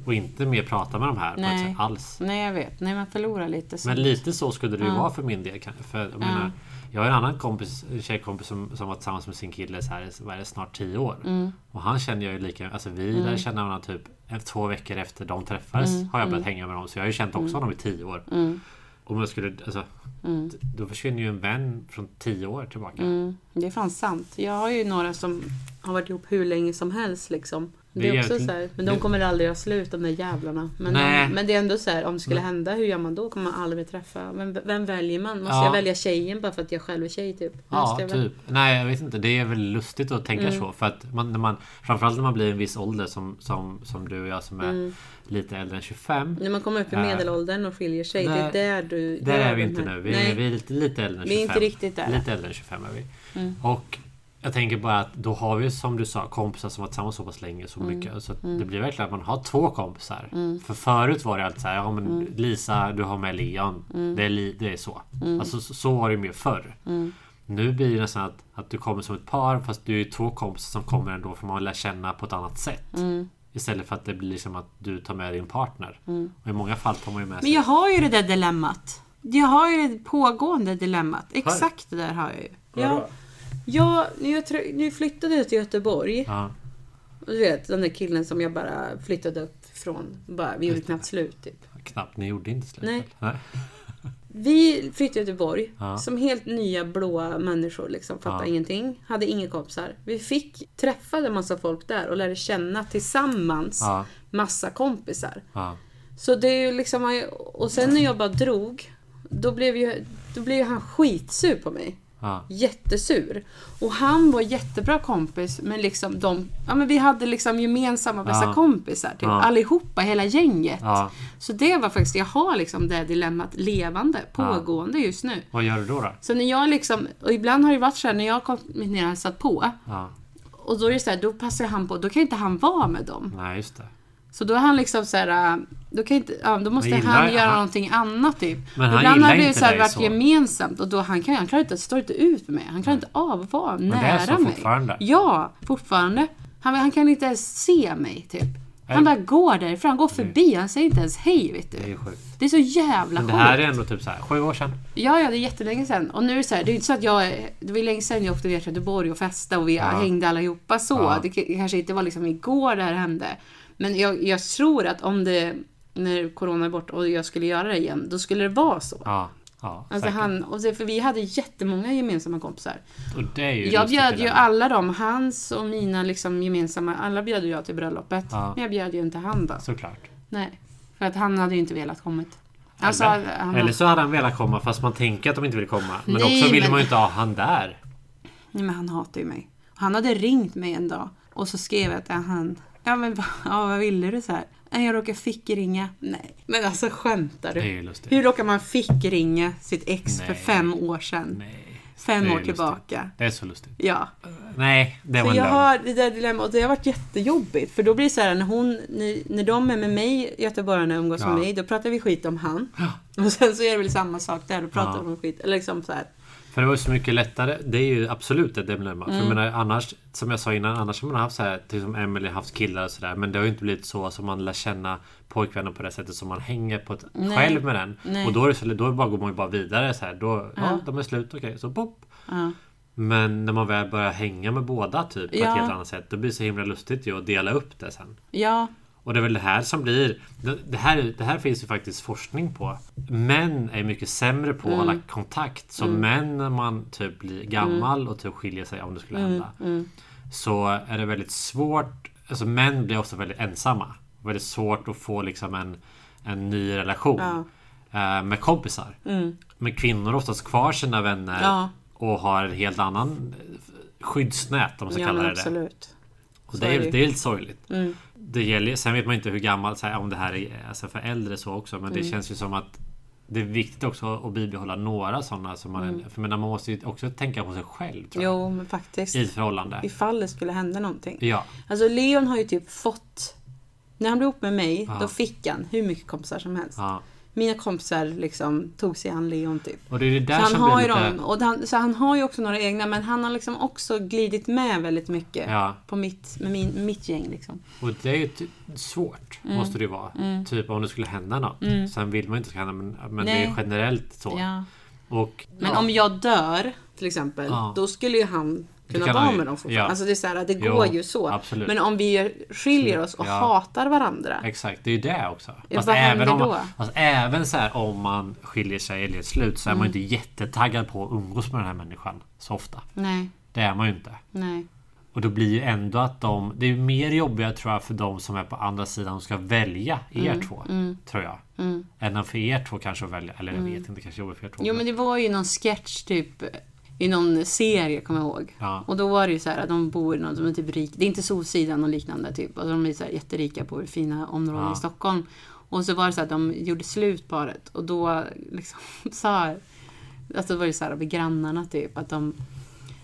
Speaker 1: Och inte mer prata med de här på ett
Speaker 2: Nej.
Speaker 1: sätt alls.
Speaker 2: Nej, jag vet. Nej, man förlorar lite. sånt.
Speaker 1: Men lite så skulle det ju vara för min del. kan- För jag, menar, jag har en annan kompis, en tjejkompis som, som var tillsammans med sin kille så här, vad är det, snart tio år. Och han känner jag ju lika, alltså vi lärde känna varandra typ en- två veckor efter de träffades har jag börjat hänga med dem. Så jag har ju känt också honom i tio år. Om jag skulle, alltså, d- Då försvinner ju en vän från tio år tillbaka.
Speaker 2: Mm, det är fan sant. Jag har ju några som har varit ihop hur länge som helst. Liksom.
Speaker 1: Det
Speaker 2: Det
Speaker 1: är
Speaker 2: är också
Speaker 1: jävligt-
Speaker 2: så här, men de
Speaker 1: det-
Speaker 2: kommer aldrig göra slut de där jävlarna. Men,
Speaker 1: Nej.
Speaker 2: men det är ändå så här, om det skulle hända, hur gör man då? Kommer man aldrig mer träffa? Vem, vem väljer man? Måste
Speaker 1: Ja.
Speaker 2: jag välja tjejen bara för att jag själv är tjej typ?
Speaker 1: Ja,
Speaker 2: Måste jag väl-
Speaker 1: typ. Nej, jag vet inte. Det är väl lustigt att tänka så. För att man, när man, framförallt när man blir en viss ålder som, som, som du och jag som är lite äldre än 25.
Speaker 2: När man kommer upp i
Speaker 1: Äh,
Speaker 2: medelåldern och skiljer sig,
Speaker 1: nej,
Speaker 2: det är där du...
Speaker 1: Där är vi
Speaker 2: den
Speaker 1: inte
Speaker 2: här-
Speaker 1: nu. Vi,
Speaker 2: Nej,
Speaker 1: är, vi är lite, lite äldre än 25.
Speaker 2: Vi är inte riktigt där. Mm.
Speaker 1: Lite äldre än 25 är vi. Och jag tänker bara att då har vi som du sa kompisar som varit tillsammans så pass länge.
Speaker 2: Mm.
Speaker 1: Så mycket. Så att det blir verkligen att man har två kompisar. För förut var det alltid så här. Ja, men
Speaker 2: Mm.
Speaker 1: Lisa, du har med Leon. Det, är li, det är så.
Speaker 2: Mm.
Speaker 1: Alltså, så. Så var det ju mer förr. Nu blir det nästan att, att du kommer som ett par fast du är ju två kompisar som kommer ändå för man lär känna på ett annat sätt.
Speaker 2: Mm.
Speaker 1: Istället för att det blir som att du tar med din partner. Och i många fall tar man ju med
Speaker 2: Mm. Men
Speaker 1: sig...
Speaker 2: jag har ju det där dilemmat. Jag har ju det pågående dilemmat. Exakt det där har jag ju. Jag, jag, jag, tror- nu flyttade jag till Göteborg.
Speaker 1: Ja.
Speaker 2: Och Du vet, den där killen som jag bara flyttade upp från. Bara, vi gjorde knappt slut typ.
Speaker 1: Knappt, ni gjorde inte slut?
Speaker 2: Nej.
Speaker 1: väl? Nej.
Speaker 2: Vi flyttade till Göteborg
Speaker 1: Ja.
Speaker 2: som helt nya blåa människor. Liksom, fattade
Speaker 1: Ja.
Speaker 2: ingenting. Hade inga kompisar. Vi fick träffade en massa folk där och lärde känna tillsammans
Speaker 1: Ja.
Speaker 2: massa kompisar.
Speaker 1: Ja.
Speaker 2: Så det är ju liksom, och sen när jag bara drog, då blev ju, då blev ju han skitsur på mig.
Speaker 1: Ja.
Speaker 2: jättesur. Och han var jättebra kompis men liksom de, ja men vi hade liksom gemensamma bästa
Speaker 1: Ja.
Speaker 2: kompisar typ.
Speaker 1: Ja.
Speaker 2: Allihopa, hela gänget.
Speaker 1: ja.
Speaker 2: Så det var faktiskt, jag har liksom det dilemmat levande, pågående just nu.
Speaker 1: Vad gör du då? då?
Speaker 2: Så när jag liksom, och ibland har det varit så här när jag har kommit ner och hälsat på
Speaker 1: Ja.
Speaker 2: och då är det så här, då passar han på, då kan inte han vara med dem.
Speaker 1: Nej, just det.
Speaker 2: Så då är han liksom så här, äh, då, kan inte, ja, då måste
Speaker 1: Men gillar-
Speaker 2: han göra
Speaker 1: han-
Speaker 2: någonting annat typ.
Speaker 1: Men han
Speaker 2: Ibland
Speaker 1: gillar
Speaker 2: har det ju
Speaker 1: inte
Speaker 2: så här
Speaker 1: dig
Speaker 2: varit
Speaker 1: så.
Speaker 2: gemensamt och då han, kan, han klarar inte, står inte ut med mig. Han klarar inte av att vara
Speaker 1: det
Speaker 2: nära
Speaker 1: är så
Speaker 2: mig.
Speaker 1: fortfarande.
Speaker 2: Ja, fortfarande. Han, han kan inte ens se mig typ. Han bara
Speaker 1: Nej.
Speaker 2: går därifrån, han går förbi, han säger inte ens hej vet
Speaker 1: Det är
Speaker 2: du.
Speaker 1: ju sjukt.
Speaker 2: Det är så jävla
Speaker 1: Men det här
Speaker 2: sjukt.
Speaker 1: är ändå typ så här, sju år sedan.
Speaker 2: Ja, ja, det är jättelänge sedan. Och nu är det så här, det är ju inte så att jag, är- det var ju länge sedan jag åkte ner till Göteborg och festade och vi hängde allihopa så.
Speaker 1: Ja.
Speaker 2: Det k- kanske inte var liksom igår det här hände. Men jag, jag tror att om det, när corona är bort och jag skulle göra det igen, då skulle det vara så.
Speaker 1: Ja. ja
Speaker 2: Alltså
Speaker 1: säkert.
Speaker 2: han, och det, för vi hade jättemånga gemensamma kompisar.
Speaker 1: Och det är ju
Speaker 2: Jag
Speaker 1: lustigt
Speaker 2: bjöd
Speaker 1: det
Speaker 2: ju
Speaker 1: där.
Speaker 2: alla dem, hans och mina liksom gemensamma, alla bjöd ju jag till bröllopet.
Speaker 1: Ja.
Speaker 2: Men jag bjöd ju inte han då.
Speaker 1: Såklart.
Speaker 2: Nej. För att han hade ju inte velat kommit. Alltså,
Speaker 1: eller,
Speaker 2: han-
Speaker 1: eller så hade han velat komma fast man tänker att de inte vill komma. Men
Speaker 2: Nej,
Speaker 1: också vill
Speaker 2: men-
Speaker 1: man ju inte ha han där.
Speaker 2: Nej, men han hatar ju mig. Och Han hade ringt mig en dag och så skrev jag till han. Ja men va- <laughs> ja, vad ville du så här? "Nej, Jag råkar fickringa. Nej. Men alltså skämtar
Speaker 1: Det är
Speaker 2: du?
Speaker 1: ju lustigt.
Speaker 2: Hur råkar man fickringa sitt ex för
Speaker 1: Nej.
Speaker 2: fem år sedan?
Speaker 1: Nej.
Speaker 2: Fem
Speaker 1: Det är
Speaker 2: år
Speaker 1: lustigt.
Speaker 2: tillbaka.
Speaker 1: Det är så lustigt.
Speaker 2: Ja.
Speaker 1: Nej, det var
Speaker 2: Så
Speaker 1: en
Speaker 2: jag
Speaker 1: lögn.
Speaker 2: har det där dilemmat och det har varit jättejobbigt. För då blir det så här när hon, när, när de är med mig, göteborgarna umgås
Speaker 1: Ja.
Speaker 2: med mig, då pratar vi skit om han. <laughs> Och sen så är det väl samma sak där, då pratar
Speaker 1: Ja.
Speaker 2: de om skit. Eller liksom så här.
Speaker 1: För det var ju så mycket lättare. Det är ju absolut ett dilemma. För
Speaker 2: Mm.
Speaker 1: jag menar, annars, som jag sa innan, annars har man haft så här, till som Emily haft killar och sådär. Men det har ju inte blivit så som man lär känna pojkvännen på det sättet som man hänger på ett,
Speaker 2: Nej.
Speaker 1: själv med den.
Speaker 2: Nej.
Speaker 1: Och då, är det så, då bara går man ju bara vidare så här. Då, ja. de är slut, okej, så pop.
Speaker 2: Ja.
Speaker 1: Men när man väl börjar hänga med båda typ på
Speaker 2: Ja.
Speaker 1: ett helt annat sätt. Då blir det så himla lustigt ju att dela upp det sen.
Speaker 2: Ja.
Speaker 1: Och det är väl det här som blir... Det, det, här, det här finns ju faktiskt forskning på. Män är mycket sämre på att
Speaker 2: Mm.
Speaker 1: hålla kontakt. Så män när man typ blir gammal
Speaker 2: Mm.
Speaker 1: och typ skiljer sig, om det skulle hända. Så är det väldigt svårt. Alltså män blir ofta väldigt ensamma. Väldigt svårt att få liksom en, en ny relation. eh, Med kompisar. Men kvinnor har oftast kvar sina vänner
Speaker 2: Mm. Ja.
Speaker 1: och har en helt annan eh, skyddsnät om man ska
Speaker 2: Ja
Speaker 1: kalla
Speaker 2: men
Speaker 1: det det.
Speaker 2: absolut.
Speaker 1: Och
Speaker 2: Så
Speaker 1: det, är,
Speaker 2: är det ju. Mm.
Speaker 1: det är lite sorgligt. Det gäller, sen vet man inte hur gammalt, så här, om det här är alltså för äldre så också, men
Speaker 2: Mm.
Speaker 1: det känns ju som att det är viktigt också att bibehålla några sådana. Som man,
Speaker 2: Mm.
Speaker 1: för men man måste ju också tänka på sig själv tror jag,
Speaker 2: Jo men faktiskt.
Speaker 1: i ett förhållande.
Speaker 2: Ifall det skulle hända någonting.
Speaker 1: Ja,
Speaker 2: Alltså Leon har ju typ fått... När han blev ihop med mig, då fick han hur mycket kompisar som helst.
Speaker 1: ja.
Speaker 2: Mina kompisar liksom tog sig an Leon typ.
Speaker 1: Och det är det
Speaker 2: Så
Speaker 1: där
Speaker 2: han,
Speaker 1: som
Speaker 2: har
Speaker 1: blir
Speaker 2: ju
Speaker 1: lite...
Speaker 2: dem, och han, så han har ju också några egna men han har liksom också glidit med väldigt mycket
Speaker 1: Ja.
Speaker 2: på mitt, med min, mitt gäng. Liksom.
Speaker 1: Och det är ju ty- svårt,
Speaker 2: Mm.
Speaker 1: måste det ju vara. Typ om det skulle hända något. Sen vill man ju inte att det ska hända, men, men det är ju
Speaker 2: Nej.
Speaker 1: generellt så.
Speaker 2: Ja.
Speaker 1: Och,
Speaker 2: Men
Speaker 1: ja.
Speaker 2: om jag dör till exempel,
Speaker 1: Ja.
Speaker 2: då skulle ju han kunna
Speaker 1: kan
Speaker 2: vara
Speaker 1: han ju.
Speaker 2: med dem fortfarande.
Speaker 1: Ja.
Speaker 2: Alltså det, är så här, det
Speaker 1: Jo,
Speaker 2: går ju så.
Speaker 1: absolut.
Speaker 2: Men om vi gör- skiljer oss och
Speaker 1: Ja.
Speaker 2: hatar varandra.
Speaker 1: Exakt, det är ju det också.
Speaker 2: Ja,
Speaker 1: Fast
Speaker 2: vad
Speaker 1: även,
Speaker 2: händer
Speaker 1: om man,
Speaker 2: då?
Speaker 1: fast även så här, om man skiljer sig eller är slut så är man
Speaker 2: Mm.
Speaker 1: ju inte jättetaggad på att umgås med den här människan så ofta.
Speaker 2: Nej,
Speaker 1: Det är man ju inte.
Speaker 2: nej.
Speaker 1: Och då blir ju ändå att de... Det är ju mer jobbiga tror jag för de som är på andra sidan och ska välja er
Speaker 2: Mm,
Speaker 1: två. Tror jag. Än för er två kanske att välja. Eller jag vet inte, kanske jobbar för er två.
Speaker 2: Mm. Jo men det var ju någon sketch typ i någon serie kommer jag ihåg.
Speaker 1: Ja.
Speaker 2: Och då var det ju så här att de bor i någon, de är typ rik, det är inte Solsidan och liknande typ. Alltså de är så här jätterika, bor i fina områden
Speaker 1: Ja.
Speaker 2: i Stockholm. Och så var det så att de gjorde slut paret och då liksom <laughs> sa, alltså det var ju så här med grannarna typ att de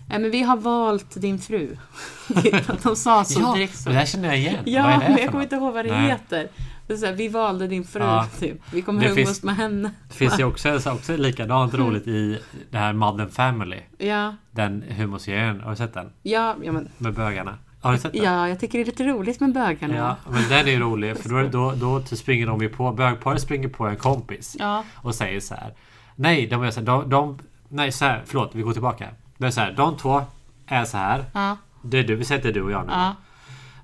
Speaker 2: Nej men vi har valt din fru. <laughs> Typ att de sa så
Speaker 1: ja,
Speaker 2: direkt. Så.
Speaker 1: och det här känner jag igen. Vad
Speaker 2: Ja,
Speaker 1: är det
Speaker 2: men
Speaker 1: för
Speaker 2: jag
Speaker 1: något?
Speaker 2: kommer inte ihåg vad det
Speaker 1: Nej.
Speaker 2: heter. Det är så här, vi valde din fru,
Speaker 1: Ja.
Speaker 2: typ. Vi kommer
Speaker 1: Det
Speaker 2: umgås
Speaker 1: finns-
Speaker 2: med henne.
Speaker 1: Det finns ju också, också likadant
Speaker 2: Mm.
Speaker 1: roligt i det här Modern Family.
Speaker 2: Ja,
Speaker 1: Den humorserien. Har du sett den?
Speaker 2: ja, ja men
Speaker 1: Med bögarna. Har du sett den?
Speaker 2: Ja, jag tycker det är lite roligt med bögarna.
Speaker 1: Ja, men den är ju rolig för då, då, då springer de ju på, bögparet springer på en kompis
Speaker 2: Ja.
Speaker 1: och säger så här. Nej, de är så här, de, de, nej så här, förlåt, vi går tillbaka. Det är så här, de två är så här.
Speaker 2: Ja.
Speaker 1: Det är du, vi säger att det är du och jag nu.
Speaker 2: Ja.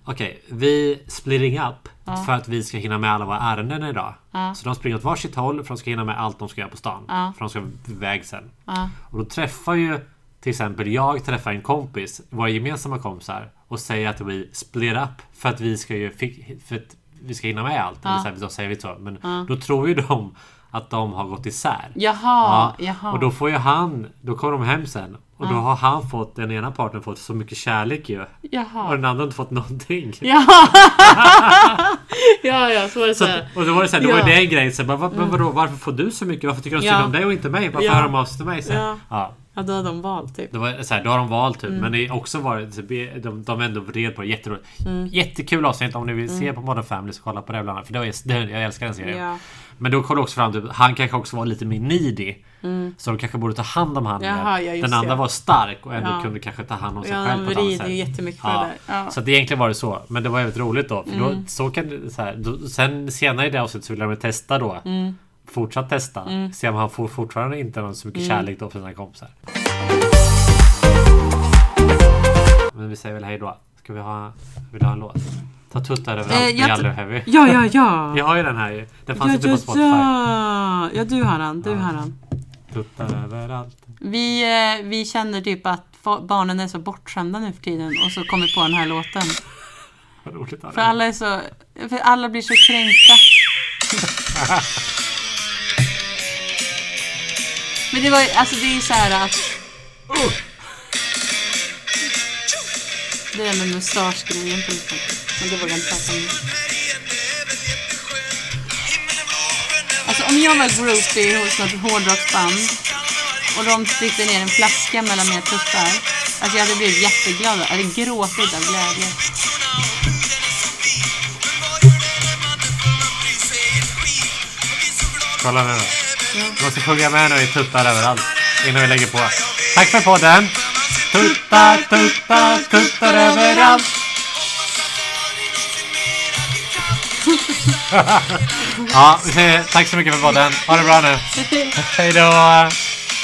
Speaker 1: Okej, vi splitting up för att vi ska hinna med alla våra ärenden idag.
Speaker 2: Ja.
Speaker 1: Så de springer åt varsitt håll för att de ska hinna med allt de ska göra på stan.
Speaker 2: Ja.
Speaker 1: För de ska iväg sen.
Speaker 2: Ja.
Speaker 1: Och då träffar ju till exempel jag träffar en kompis, våra gemensamma kompisar och säger att vi split up för att vi ska ju fi- för att vi ska hinna med allt. Eller så här, då säger vi så. Men då tror ju de att de har gått isär.
Speaker 4: Jaha, jaha.
Speaker 1: Och då får ju han, då kommer de hem sen. Och då har han fått, den ena partnern fått så mycket kärlek ju. Och
Speaker 2: <laughs>
Speaker 4: Jaha.
Speaker 1: den andra har inte fått någonting.
Speaker 4: Jaha. ja, ja, så var det så.
Speaker 1: Så
Speaker 4: här.
Speaker 1: att, och då var det såhär, då var
Speaker 4: Ja.
Speaker 1: det en grej. Så bara, vad, men vadå, varför får du så mycket? Varför tycker de synd
Speaker 2: Mm. Ja.
Speaker 1: om dig och inte mig? Varför
Speaker 2: Ja.
Speaker 1: hör de av sig till mig? Så här,
Speaker 2: Ja.
Speaker 1: ja.
Speaker 2: Ja, då har de valt typ. Mm.
Speaker 1: Det var så här, då har de valt typ. Men det är också varit, så be- de, de ändå vred på det jätteroligt.
Speaker 2: Mm.
Speaker 1: Jättekul avsnitt om ni vill se på Modern Family så kolla på det bland annat. För det var, det, jag älskar den serien.
Speaker 2: Ja.
Speaker 1: Men då kom det också fram typ, han kanske också var lite mer needy. Så de kanske borde ta hand om han mer.
Speaker 2: Mm. Jaha, ja, just
Speaker 1: Den andra
Speaker 2: det.
Speaker 1: var stark och ändå
Speaker 2: Ja.
Speaker 1: kunde kanske ta hand om sig
Speaker 2: Ja,
Speaker 1: själv
Speaker 2: de
Speaker 1: på ett annat
Speaker 2: vrider
Speaker 1: sätt.
Speaker 2: ju jättemycket på
Speaker 1: Ja.
Speaker 2: det där. Ja. Mm.
Speaker 1: Så att egentligen var det så. Men det var jävligt roligt då. För då, så kan, det- så här, då sen senare i det avsnittet så ville de testa då.
Speaker 2: Mm.
Speaker 1: Fortsatt testa. Se om han får fortfarande inte någon så
Speaker 2: Mm.
Speaker 1: mycket kärlek då för sina kompisar. Men vi säger väl hej då. Ska vi ha, vill du ha en låt? Ta tuttar
Speaker 2: Eh,
Speaker 1: överallt
Speaker 2: jag
Speaker 1: med
Speaker 2: t-
Speaker 1: Yellow Heavy.
Speaker 2: Ja, ja, ja.
Speaker 1: Jag har ju den här ju. Den fanns
Speaker 2: Ja,
Speaker 1: inte
Speaker 2: ja,
Speaker 1: på Spotify.
Speaker 2: ja. ja, du har han. Du har han.
Speaker 1: Tuttar överallt.
Speaker 2: Vi, eh, vi känner typ att fa- barnen är så bortskämda nu för tiden och så kommer vi på den här låten.
Speaker 1: Vad roligt att
Speaker 2: För
Speaker 1: ha den.
Speaker 2: alla, är så, för alla blir så kränkta. Men det var ju- alltså det är ju så här att... Det där med mustaschgrejen på liksom. Men det vågar jag inte prata om. Alltså om jag var groupie hos något hårdrocksband och de tryckte ner en flaska mellan mina tuttar. Alltså jag hade blivit jätteglad. Jag hade gråtit av glädje.
Speaker 1: Kolla nu då. Du måste sjunga med nu i tuttar överallt. Innan vi lägger på. Tack för podden! Tuttar, tuttar, tuttar överallt! <laughs> ja, vi säger tack så mycket för podden. Ha det bra nu. Hej då!